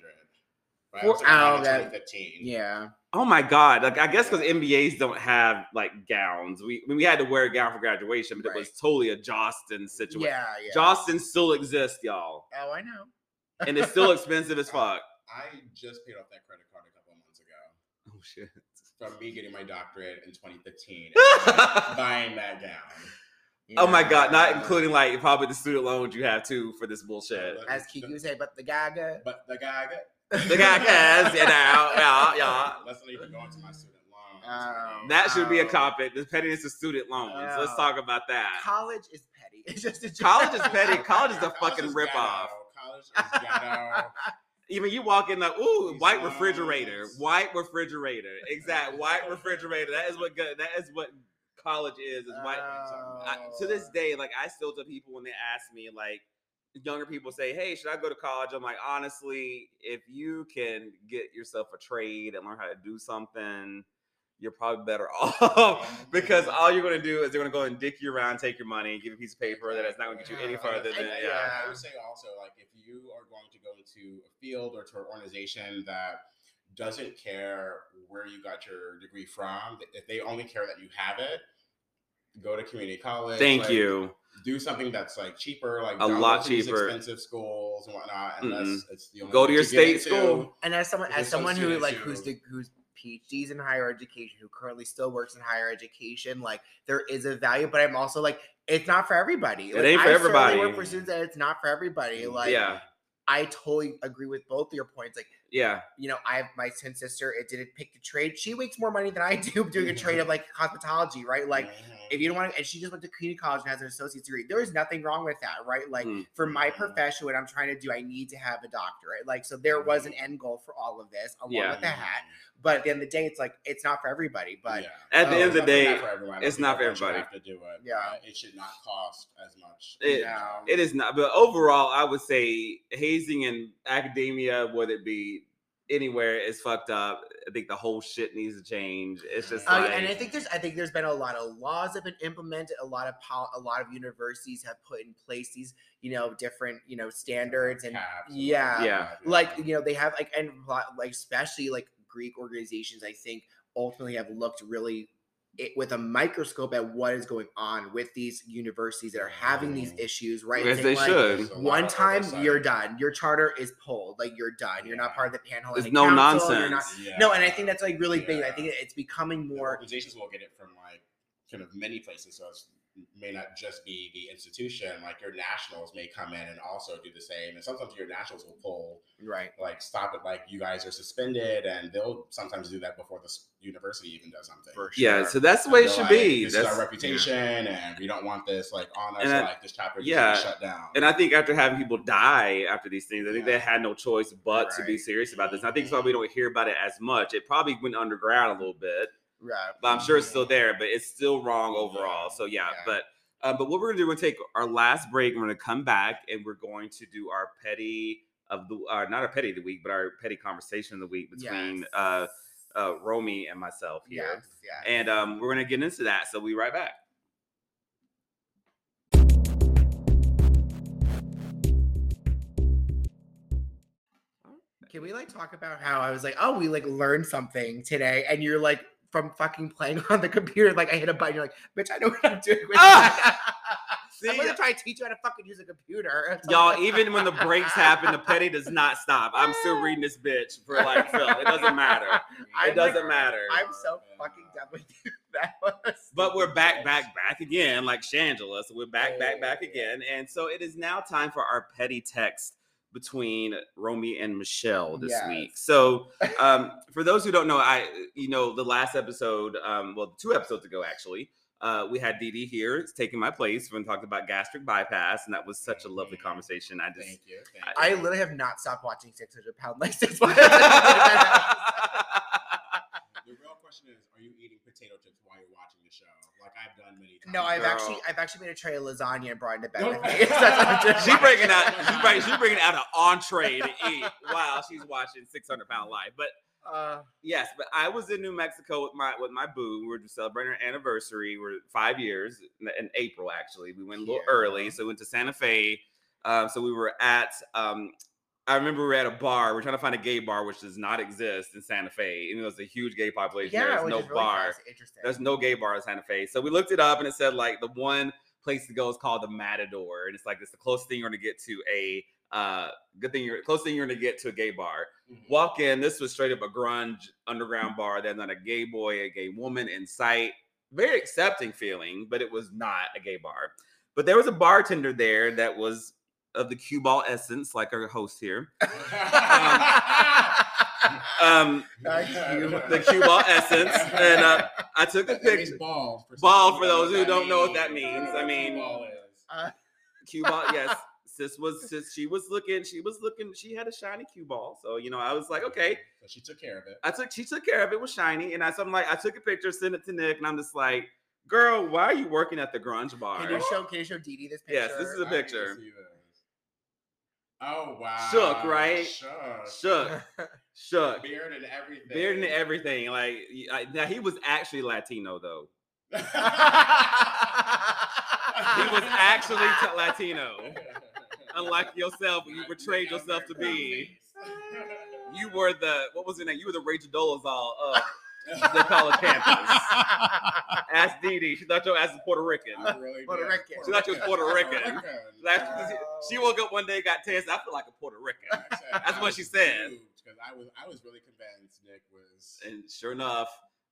Speaker 3: Right?
Speaker 2: Four-
Speaker 3: I was like mine
Speaker 2: oh,
Speaker 3: in
Speaker 2: that-
Speaker 3: 2015.
Speaker 2: yeah
Speaker 1: Oh my god! Like I guess because MBAs don't have like gowns. We we had to wear a gown for graduation, but it was totally a Jostin situation.
Speaker 2: yeah yeah
Speaker 1: Jostin still exists, y'all,
Speaker 2: oh I know
Speaker 1: and it's still expensive as fuck.
Speaker 3: I just paid off that credit card a couple of months ago
Speaker 1: Oh shit!
Speaker 3: from me getting my doctorate in 2015 and buying- buying that gown. Um,
Speaker 1: Oh my god! Not
Speaker 2: Yeah.
Speaker 1: including like probably the student loans you have too for this bullshit.
Speaker 3: But-
Speaker 2: as Kiki would say but the gaga
Speaker 3: But the guy I got.
Speaker 1: The guy has, you know, yeah, yeah.
Speaker 3: That's not even going to my student loans.
Speaker 2: Oh.
Speaker 1: That should be a
Speaker 2: Oh.
Speaker 1: topic. The pettiness of student loans. Let's
Speaker 2: Oh.
Speaker 1: talk about that.
Speaker 2: college is petty it's just a
Speaker 1: College is Uh, petty. College is a
Speaker 3: College
Speaker 1: fucking
Speaker 3: is
Speaker 1: ripoff.
Speaker 3: ghetto. College is ghetto.
Speaker 1: Even you walk in the ooh
Speaker 3: These
Speaker 1: white
Speaker 3: lights.
Speaker 1: refrigerator, white refrigerator, exact white refrigerator. That is what good. That is what college is. Is white. I, to this
Speaker 3: Oh.
Speaker 1: day, like I still tell people when they ask me, like younger people say, "Hey, should I go to college?" I'm like, honestly, if you can get yourself a trade and learn how to do something, you're probably better off Oh, because all you're going to do is they're going to go and dick you around, take your money, give you a piece of paper that's not going to get you any
Speaker 3: Yeah,
Speaker 1: further
Speaker 3: I-
Speaker 1: than
Speaker 3: I-
Speaker 1: yeah.
Speaker 3: I would say also like if you are going to go into a field or to an organization that doesn't care where you got your degree from, if they only care that you have it, go to community college.
Speaker 1: Thank
Speaker 3: like,
Speaker 1: you.
Speaker 3: Do something that's like cheaper, like
Speaker 1: A
Speaker 3: don't
Speaker 1: lot
Speaker 3: go to these
Speaker 1: cheaper. Mm-hmm.
Speaker 3: expensive schools and whatnot. Unless it's the only
Speaker 1: Go to
Speaker 3: thing
Speaker 1: your
Speaker 3: get
Speaker 1: state
Speaker 3: into.
Speaker 1: school.
Speaker 2: And as someone,
Speaker 3: If
Speaker 2: as
Speaker 3: it's some
Speaker 2: someone who
Speaker 3: students
Speaker 2: like
Speaker 3: who-
Speaker 2: who's the, who's PhDs in higher education, who currently still works in higher education, like there is a value, but I'm also like, it's not for everybody.
Speaker 1: It
Speaker 2: Like,
Speaker 1: ain't for
Speaker 2: I certainly
Speaker 1: everybody. Mm,
Speaker 2: Work for students that it's not for everybody. Like,
Speaker 1: yeah,
Speaker 2: I totally agree with both of your points. Like,
Speaker 1: yeah.
Speaker 2: you know, I have my twin sister. It didn't pick the trade. She makes more money than I do doing a trade of like cosmetology, right? Like,
Speaker 3: Mhm.
Speaker 2: if you don't want to, and she just went to community college and has an associate's degree. There is nothing wrong with that, right? Like
Speaker 1: Mm.
Speaker 2: for my
Speaker 3: Mhm.
Speaker 2: profession, what I'm trying to do, I need to have a doctorate. Like so, there was an
Speaker 3: Mhm.
Speaker 2: end goal for all of this, along
Speaker 1: Yeah.
Speaker 2: with the hat. But at the end of the day, it's like it's not for everybody. But
Speaker 3: Yeah.
Speaker 1: At the
Speaker 2: Oh,
Speaker 1: end of the
Speaker 3: It's not-
Speaker 1: day,
Speaker 3: not for everyone. I
Speaker 1: it's
Speaker 3: think
Speaker 1: not for
Speaker 3: everyone should
Speaker 1: everybody.
Speaker 3: Have to do it.
Speaker 2: Yeah.
Speaker 3: but It should not cost as much.
Speaker 1: It-
Speaker 3: you know?
Speaker 1: it is not. But overall, I would say hazing in academia, whether it be anywhere, is fucked up. I think the whole shit needs to change. It's just
Speaker 2: Uh,
Speaker 1: like,
Speaker 2: and I think there's, I think there's been a lot of laws that have been implemented. A lot of pol- a lot of universities have put in place these, you know, different, you know, standards and
Speaker 3: Caps and
Speaker 2: yeah,
Speaker 3: whatnot,
Speaker 1: Yeah.
Speaker 2: like you know they have like and a lot- like especially like greek organizations i think ultimately have looked really it, with a microscope at what is going on with these universities that are having these
Speaker 3: Mhm.
Speaker 2: issues right
Speaker 1: As
Speaker 2: Saying,
Speaker 1: they
Speaker 2: like,
Speaker 1: should.
Speaker 3: There's a lot
Speaker 2: one
Speaker 3: of
Speaker 2: time
Speaker 3: oversight.
Speaker 2: you're done your charter is pulled like you're done you're not
Speaker 3: Yeah.
Speaker 2: part of the panel
Speaker 1: There's no
Speaker 2: you're not,
Speaker 1: nonsense.
Speaker 3: Yeah.
Speaker 2: no and i think that's like really big i
Speaker 3: Yeah.
Speaker 2: think it's becoming
Speaker 3: The
Speaker 2: more
Speaker 3: organizations will get it from like kind of many places. So it's may not just be the institution. Like your nationals may come in and also do the same. And sometimes your nationals will pull
Speaker 2: right
Speaker 3: like stop it. Like you guys are suspended, and they'll sometimes do that before the s- university even does something.
Speaker 2: for sure.
Speaker 1: yeah. So that's the way it
Speaker 3: And
Speaker 1: should
Speaker 3: they're
Speaker 1: be.
Speaker 3: like, This is
Speaker 1: That's-
Speaker 3: our reputation, and we don't want this like on us.
Speaker 1: And I-
Speaker 3: like this chapter is
Speaker 1: yeah.
Speaker 3: yeah, shut down.
Speaker 1: and I think after having people die after these things, I think
Speaker 3: Yeah.
Speaker 1: they had no choice but to be
Speaker 2: Right.
Speaker 1: serious about this. And I think that's why we don't hear about it as much. It probably went underground a little bit.
Speaker 2: right
Speaker 1: but I'm sure it's still there, but it's still wrong overall. So yeah,
Speaker 2: Yeah.
Speaker 1: but uh, but what we're gonna do, we're gonna take our last break. We're gonna come back and we're going to do our petty of the uh, not our petty of the week, but our petty conversation of the week between
Speaker 2: Yes.
Speaker 1: uh, uh, Romy and myself here.
Speaker 2: yes, yes.
Speaker 1: And um, we're gonna get into that. So we'll be right back.
Speaker 2: Can we like talk about how I was like, oh, we like learned something today, and you're like from fucking playing on the computer. Like I hit a button, you're like, bitch, I know what I'm doing. With
Speaker 1: Ah!
Speaker 2: that.
Speaker 1: See,
Speaker 2: I'm gonna try to teach you how to fucking use a computer.
Speaker 1: y'all, even when the breaks happen, the petty does not stop. I'm still reading this bitch for like Phil. It doesn't matter.
Speaker 2: I'm
Speaker 1: It doesn't matter.
Speaker 2: I'm so fucking done with you. That was.
Speaker 1: But we're back, back, back again, like Shangela. So we're back, back, back
Speaker 3: Hey.
Speaker 1: again. And so it is now time for our petty text between Romy and Michelle this
Speaker 2: Yes.
Speaker 1: week. So um, for those who don't know, I you know the last episode, um, well, two episodes ago actually, uh, we had Dee Dee here. It's taking my place when we talked about gastric bypass, and that was such a lovely
Speaker 3: Mhm.
Speaker 1: conversation. I just
Speaker 3: Thank you. Thank you.
Speaker 2: I literally have not stopped watching 600 pound life since.
Speaker 3: The real question is, are you eating potato chips while you're watching the show? Like I've done many times.
Speaker 2: No, I've
Speaker 1: Girl.
Speaker 2: actually I've actually made a tray of lasagna and brought it to bed
Speaker 3: No.
Speaker 2: with me. So that's what I'm doing.
Speaker 1: she bringing out she bring, she bringing out an entree to eat while she's watching 600 pound life but
Speaker 2: Uh,
Speaker 1: Yes, but I was in New Mexico with my with my boo. We were just celebrating our anniversary. We're five years in- in April, actually. We went a little
Speaker 2: Yeah.
Speaker 1: early, so we went to Santa Fe. Um, so we were at. Um, I remember we were at a bar. We're trying to find a gay bar, which does not exist in Santa Fe. Even though it's a huge gay population,
Speaker 2: yeah,
Speaker 1: there's
Speaker 2: which
Speaker 1: no
Speaker 2: is really
Speaker 1: bar.
Speaker 2: fast- Interesting.
Speaker 1: There's no gay bar in Santa Fe. So we looked it up, and it said like the one place to go is called the Matador, and it's like it's the closest thing you're gonna get to a uh, good thing you're closest thing you're gonna get to a gay bar. Walk in. This was straight up a grunge underground bar. There's not a gay boy, a gay woman in sight. Very accepting feeling, but it was not a gay bar. But there was a bartender there that was of the cue ball essence, like our host here. Um, the cue ball essence, and uh, I took a
Speaker 3: That means
Speaker 1: picture.
Speaker 3: ball. For
Speaker 1: Ball
Speaker 3: some
Speaker 1: for
Speaker 3: reason.
Speaker 1: those who
Speaker 3: That
Speaker 1: don't know what that
Speaker 3: means-
Speaker 1: means. I mean-
Speaker 3: ball is.
Speaker 1: Cue ball, yes. sis was sis, she was looking, she was looking, she had a shiny cue ball. So, you know, I was like, okay.
Speaker 3: So she took care of it.
Speaker 1: I took she took care of it with shiny. And I so I'm like, I took a picture, sent it to Nick, and I'm just like, girl, why are you working at the grunge bar?
Speaker 2: Can you show can you show Dee Dee this picture?
Speaker 1: Yes, this is a
Speaker 3: I need to
Speaker 1: picture.
Speaker 3: see this. Oh wow.
Speaker 1: Shook, right?
Speaker 3: Shook.
Speaker 1: shook, shook.
Speaker 3: Beard and everything.
Speaker 1: Beard and everything. Like I, now he was actually Latino though. He was actually t- Latino. Unlike yourself, you portrayed yourself to be. You were the what was your name? You were the Rachel Dolezal of the college campus. Ask Dee Dee. She thought your ass was Puerto Rican.
Speaker 3: I really
Speaker 2: Puerto
Speaker 3: did.
Speaker 2: Rican.
Speaker 1: She thought you was Puerto Rican. That's-
Speaker 3: Wow.
Speaker 1: She woke up one day, got tested. I feel like a Puerto Rican.
Speaker 3: I said
Speaker 1: That's
Speaker 3: I
Speaker 1: what
Speaker 3: was
Speaker 1: she said.
Speaker 3: moved, 'cause I was, I was really convinced Nick was
Speaker 1: And sure enough,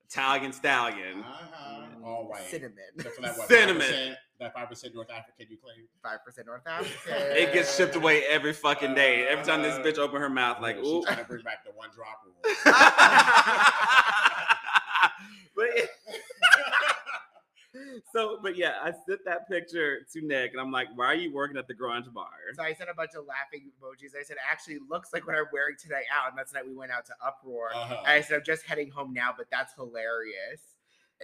Speaker 1: Italian stallion.
Speaker 3: uh-huh, all white.
Speaker 2: Cinnamon.
Speaker 3: Except for that what,
Speaker 1: Cinnamon.
Speaker 3: 5%, That five percent North African you claim.
Speaker 2: Five percent North African.
Speaker 1: It gets shipped away every fucking day. Every time this bitch open her mouth, like,
Speaker 3: Yeah, she
Speaker 1: ooh.
Speaker 3: trying to bring back the one drop rule.
Speaker 1: but it- so, but yeah, I sent that picture to Nick, and I'm like, "Why are you working at the grunge bar?"
Speaker 2: So I sent a bunch of laughing emojis. I said, actually looks like what I'm wearing today out. And that's the night we went out to Uproar.
Speaker 1: Oh.
Speaker 3: Uh-huh.
Speaker 2: And I said, I'm just heading home now, but that's hilarious.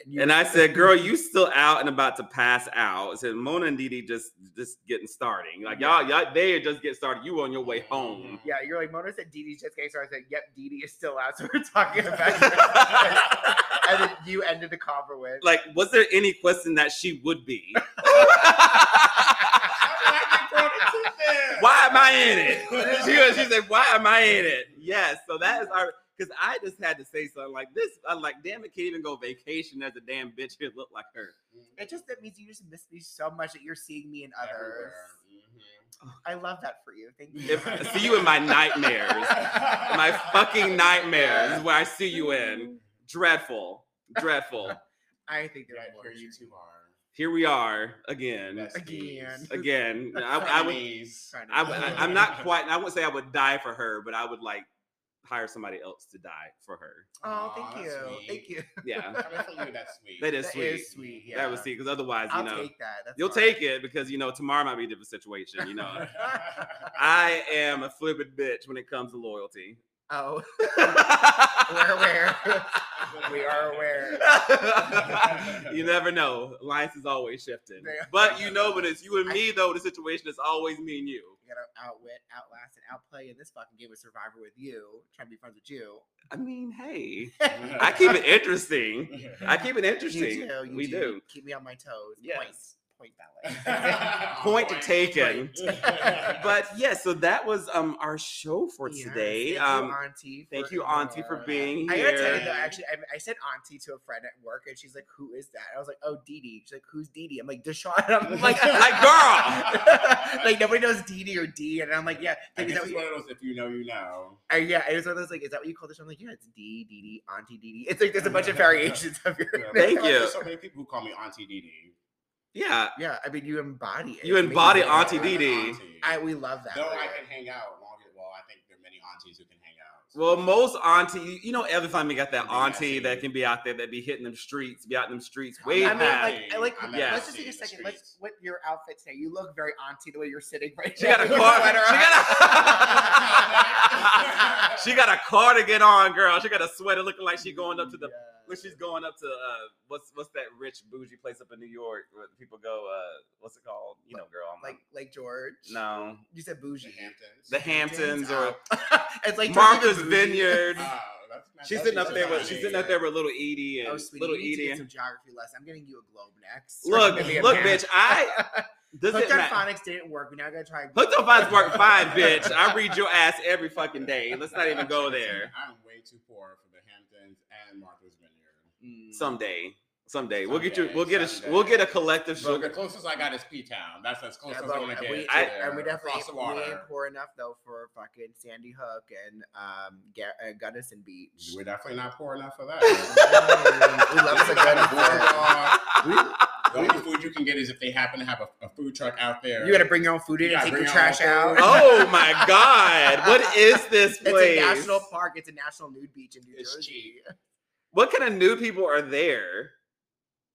Speaker 2: you-
Speaker 1: And I said, "Girl, you still out and about to pass out." I said Mona and Didi just just getting starting. Like y'all, y'all, they are just getting started. You on your way home.
Speaker 2: Yeah, you're like, Mona said Dee Dee's just getting started. I said, yep, Dee Dee is still out. So we're talking about And then you ended the convo with,
Speaker 1: Like, was there any question that she would be? Why am I in it? She was, she said, Why am I in it? Yes. So that is our because I just had to say something like this. I'm like, damn, it can't even go vacation as a damn bitch who look like her.
Speaker 2: it just that means you just miss me so much that you're seeing me in others.
Speaker 1: Mm-hmm.
Speaker 3: Everywhere.
Speaker 2: I love that for you. Thank you.
Speaker 1: If I see you in my nightmares,
Speaker 3: Mhm.
Speaker 1: my fucking nightmares is where I see you in. Dreadful. Dreadful.
Speaker 2: I think
Speaker 3: Yeah,
Speaker 2: that
Speaker 3: where you two are.
Speaker 1: Here we are again.
Speaker 3: Besties.
Speaker 2: Again.
Speaker 1: Again. I, I would
Speaker 3: Frenemies.
Speaker 1: I, would- I, am not quite I wouldn't say I would die for her, but I would like hire somebody else to die for her.
Speaker 2: Oh,
Speaker 3: Aw,
Speaker 2: thank you.
Speaker 3: that's
Speaker 2: Thank
Speaker 3: sweet.
Speaker 2: you.
Speaker 1: Yeah.
Speaker 3: Coming from you, that's sweet.
Speaker 1: That is
Speaker 2: That
Speaker 1: sweet.
Speaker 2: is sweet. Yeah.
Speaker 1: That was see, because otherwise, you
Speaker 2: I'll
Speaker 1: know,
Speaker 2: take that. That's
Speaker 1: you'll
Speaker 2: fine.
Speaker 1: take it because you know tomorrow might be a different situation. You know, I am a flippant bitch when it comes to loyalty.
Speaker 2: Oh, we're aware. we are aware.
Speaker 1: you never know. Alliance is always shifting,
Speaker 2: They are.
Speaker 1: but you know, when it's you and me, though, the situation is always me and you.
Speaker 2: You gotta outwit, outlast, and outplay in this fucking game of Survivor with you. Trying to be friends with you.
Speaker 1: I mean, hey,
Speaker 3: Mm-hmm.
Speaker 1: I keep it interesting. I keep it interesting.
Speaker 2: You do. You
Speaker 1: we do.
Speaker 2: Keep me on my toes.
Speaker 1: Yes.
Speaker 2: Point. Point that way.
Speaker 1: Point
Speaker 3: Point
Speaker 1: to taken.
Speaker 3: but
Speaker 1: But yeah, so that was um our show for
Speaker 2: Yes,
Speaker 1: today.
Speaker 2: Thank
Speaker 1: um,
Speaker 2: you, Auntie.
Speaker 1: thank you, Auntie, for being
Speaker 2: I gotta tell
Speaker 1: here.
Speaker 2: you though, actually, I, I said auntie to a friend at work, and she's like, "Who is that?" I was like, "Oh, Dee Dee." She's like, "Who's Dee Dee?" I'm like, "Deshawn." I'm like,
Speaker 1: Like, girl!
Speaker 2: like nobody knows Dee Dee or D. And I'm like, "Yeah,
Speaker 3: I
Speaker 2: like, is
Speaker 3: guess
Speaker 2: that
Speaker 3: it's
Speaker 2: what
Speaker 3: one of those if you know, you know.
Speaker 2: you, I, yeah." It was one of those like, "Is that what you call this?" I'm like, "Yeah, it's D Dee Dee, Auntie Dee Dee." It's like there's a bunch of variations of your.
Speaker 3: Yeah,
Speaker 1: Thank
Speaker 2: name.
Speaker 1: you.
Speaker 3: There's so many people who call me Auntie Dee Dee.
Speaker 1: yeah,
Speaker 2: Yeah, I mean, you embody it.
Speaker 1: You
Speaker 2: It makes
Speaker 1: embody
Speaker 2: me-
Speaker 1: Auntie
Speaker 3: I'm
Speaker 1: Dee
Speaker 3: an
Speaker 1: Dee.
Speaker 3: auntie.
Speaker 2: I we love that.
Speaker 3: Though I
Speaker 2: word.
Speaker 3: can hang out longer. Well, I think there are many aunties who can hang out.
Speaker 1: Well, most auntie, you know, every time you got that
Speaker 3: Yeah, I
Speaker 1: auntie
Speaker 3: see.
Speaker 1: that can be out there that be hitting them streets, be out in them streets way
Speaker 2: I mean,
Speaker 1: past.
Speaker 2: like, I like.
Speaker 3: I'm
Speaker 1: an
Speaker 2: Let's just take
Speaker 3: auntie
Speaker 2: a
Speaker 3: in the
Speaker 2: second. Let's
Speaker 3: streets.
Speaker 2: what your outfit today. You look very auntie the way you're sitting right
Speaker 1: she got a
Speaker 2: now.
Speaker 1: car.
Speaker 2: Sweater
Speaker 1: She
Speaker 2: on.
Speaker 1: got a, she got a cardigan on, girl. She got a sweater looking like she going up to the. When she's going up to uh, what's what's that rich bougie place up in New York where people go? Uh, what's it called? You know, girl. I'm
Speaker 2: like like George.
Speaker 1: no,
Speaker 2: you said
Speaker 3: The
Speaker 2: bougie.
Speaker 3: Hamptons.
Speaker 1: the Hamptons or
Speaker 2: it's like George
Speaker 1: Martha's
Speaker 2: is bougie.
Speaker 1: Vineyard.
Speaker 3: Oh, that's not-
Speaker 1: she's
Speaker 3: that's
Speaker 1: sitting up there with
Speaker 3: auntie.
Speaker 1: she's sitting up there with little Edie and
Speaker 2: Oh, sweetie,
Speaker 1: little
Speaker 2: you need to
Speaker 1: Edie.
Speaker 2: get some
Speaker 1: and-
Speaker 2: geography lessons. I'm getting you a globe next.
Speaker 1: Look,
Speaker 2: Maybe a
Speaker 1: look,
Speaker 2: map.
Speaker 1: bitch. I doesn't
Speaker 2: Hooked on
Speaker 1: matter.
Speaker 2: phonics didn't work. We now gotta try.
Speaker 1: Hooked on Vines work fine, bitch. I read your ass every fucking day. Let's not even go there.
Speaker 3: I'm way too poor for the Hamptons and Martha's Vineyard.
Speaker 2: Mm.
Speaker 1: Someday, someday we'll get you.
Speaker 3: Someday,
Speaker 1: We'll get a.
Speaker 3: someday.
Speaker 1: We'll get a collective
Speaker 3: So the
Speaker 1: sugar.
Speaker 3: closest I got is P Town. That's as close
Speaker 2: Yeah,
Speaker 3: as
Speaker 2: but
Speaker 3: Oh, I'm gonna get.
Speaker 2: we,
Speaker 3: to
Speaker 2: and we
Speaker 3: there.
Speaker 2: definitely
Speaker 3: Across the
Speaker 2: we
Speaker 3: water.
Speaker 2: ain't poor enough though for fucking Sandy Hook and um Ga- uh, Gunnison Beach.
Speaker 3: We're definitely not poor enough for that.
Speaker 2: Mm, we love us a
Speaker 3: good The only food you can get is if they happen to have a, a food truck out there.
Speaker 2: You gotta bring your own food in
Speaker 3: You
Speaker 2: and
Speaker 3: gotta
Speaker 2: take your
Speaker 3: bring
Speaker 2: trash
Speaker 3: your own
Speaker 2: out.
Speaker 1: Oh
Speaker 3: food.
Speaker 1: my god! What is this
Speaker 2: It's
Speaker 1: place?
Speaker 2: a national park. It's a national nude beach in New
Speaker 3: It's
Speaker 2: Jersey.
Speaker 3: cheap.
Speaker 1: What kind of new people are there?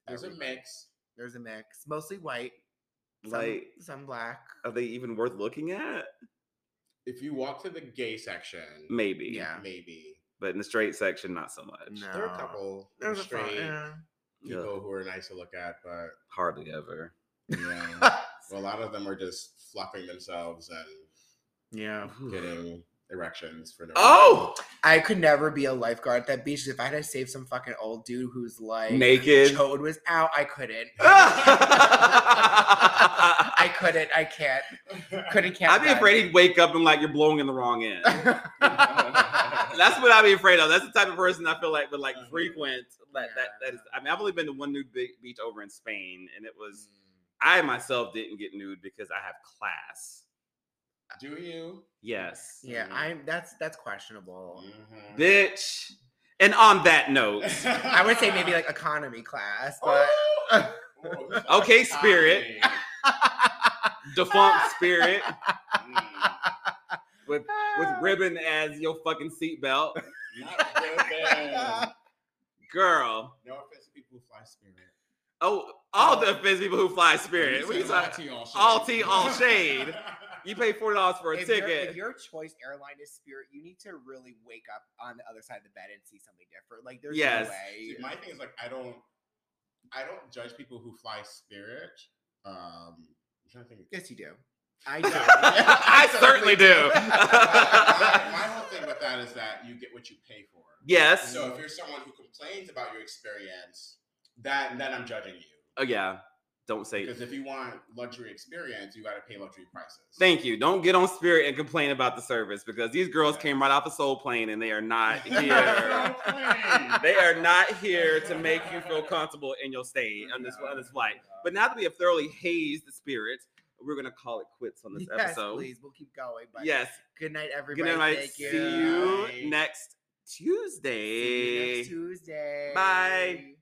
Speaker 3: There's a mix.
Speaker 2: There's a mix, mostly white. Some,
Speaker 1: Like,
Speaker 2: some black.
Speaker 1: are they even worth looking at?
Speaker 3: If you walk to the gay section,
Speaker 1: Maybe.
Speaker 2: Yeah.
Speaker 3: maybe
Speaker 1: But in the straight section, not so much.
Speaker 2: No.
Speaker 3: there are a couple
Speaker 2: There's a
Speaker 3: straight
Speaker 2: fun, yeah.
Speaker 1: Yeah,
Speaker 3: people who are nice to look at, but
Speaker 1: hardly ever.
Speaker 3: yeah, a lot of them are just fluffing themselves and
Speaker 2: yeah.
Speaker 3: getting erections for no.
Speaker 1: Oh!
Speaker 2: I could never be a lifeguard at that beach. If I had to save some fucking old dude who's like
Speaker 1: Naked.
Speaker 2: chode was out, I couldn't. I
Speaker 1: I'd
Speaker 2: couldn't. I can't.
Speaker 3: reason.
Speaker 2: Couldn't count.
Speaker 1: be
Speaker 2: that.
Speaker 1: afraid he'd wake up and like you're blowing in the wrong end. That's what I'd be afraid of. That's the type of person I feel like would like
Speaker 3: Mhm.
Speaker 1: frequent that, that that is
Speaker 2: Uh-huh. Yeah.
Speaker 1: I mean, I've only been to one nude be- beach over in Spain and it was
Speaker 2: Mm.
Speaker 1: I myself didn't get nude because I have class.
Speaker 3: Do you?
Speaker 1: Yes.
Speaker 2: Yeah, I'm. That's that's questionable.
Speaker 1: Mm.
Speaker 3: Mhm.
Speaker 1: Bitch. And on that note,
Speaker 2: I would say maybe like economy class, but
Speaker 3: Oh! Oh,
Speaker 1: Okay, Spirit.
Speaker 3: sorry.
Speaker 1: defunct spirit
Speaker 3: Mm,
Speaker 1: with with ribbon as your fucking seatbelt.
Speaker 3: Not ribbon.
Speaker 1: Girl.
Speaker 3: No offense to people who fly Spirit.
Speaker 1: Oh, all the offense people who fly
Speaker 3: You
Speaker 1: spirit. What are you
Speaker 3: said
Speaker 1: talking-
Speaker 3: all shade.
Speaker 1: all tea, all shade. You pay forty dollars for a
Speaker 2: if, your,
Speaker 1: ticket.
Speaker 2: if your choice airline is Spirit, you need to really wake up on the other side of the bed and see something different. Like there's
Speaker 1: Yes.
Speaker 2: no way.
Speaker 3: See, my thing is like I don't, I don't judge people who fly Spirit. Um, I'm trying to think.
Speaker 2: yes, you do. I do.
Speaker 1: I certainly do.
Speaker 3: my, my whole thing with that is that you get what you pay for.
Speaker 1: yes.
Speaker 3: So if you're someone who complains about your experience, that then I'm judging you.
Speaker 1: Oh yeah. Don't say
Speaker 3: Because if you want luxury experience, you got to pay luxury prices.
Speaker 1: Thank you. Don't get on Spirit and complain about the service because these girls
Speaker 3: Yeah.
Speaker 1: came right off a soul plane and they are not here.
Speaker 3: Don't complain.
Speaker 1: they are not here to make you feel comfortable in your stay on this on this flight. But now that we have thoroughly hazed the spirit, we're gonna call it quits on this
Speaker 2: yes,
Speaker 1: episode.
Speaker 2: please. We'll keep going. But
Speaker 1: Yes.
Speaker 2: Good night,
Speaker 1: Good
Speaker 2: everybody.
Speaker 1: night. everybody.
Speaker 2: Thank
Speaker 1: See
Speaker 2: you.
Speaker 1: you
Speaker 3: Bye.
Speaker 1: next Tuesday.
Speaker 2: See you next Tuesday.
Speaker 1: Bye.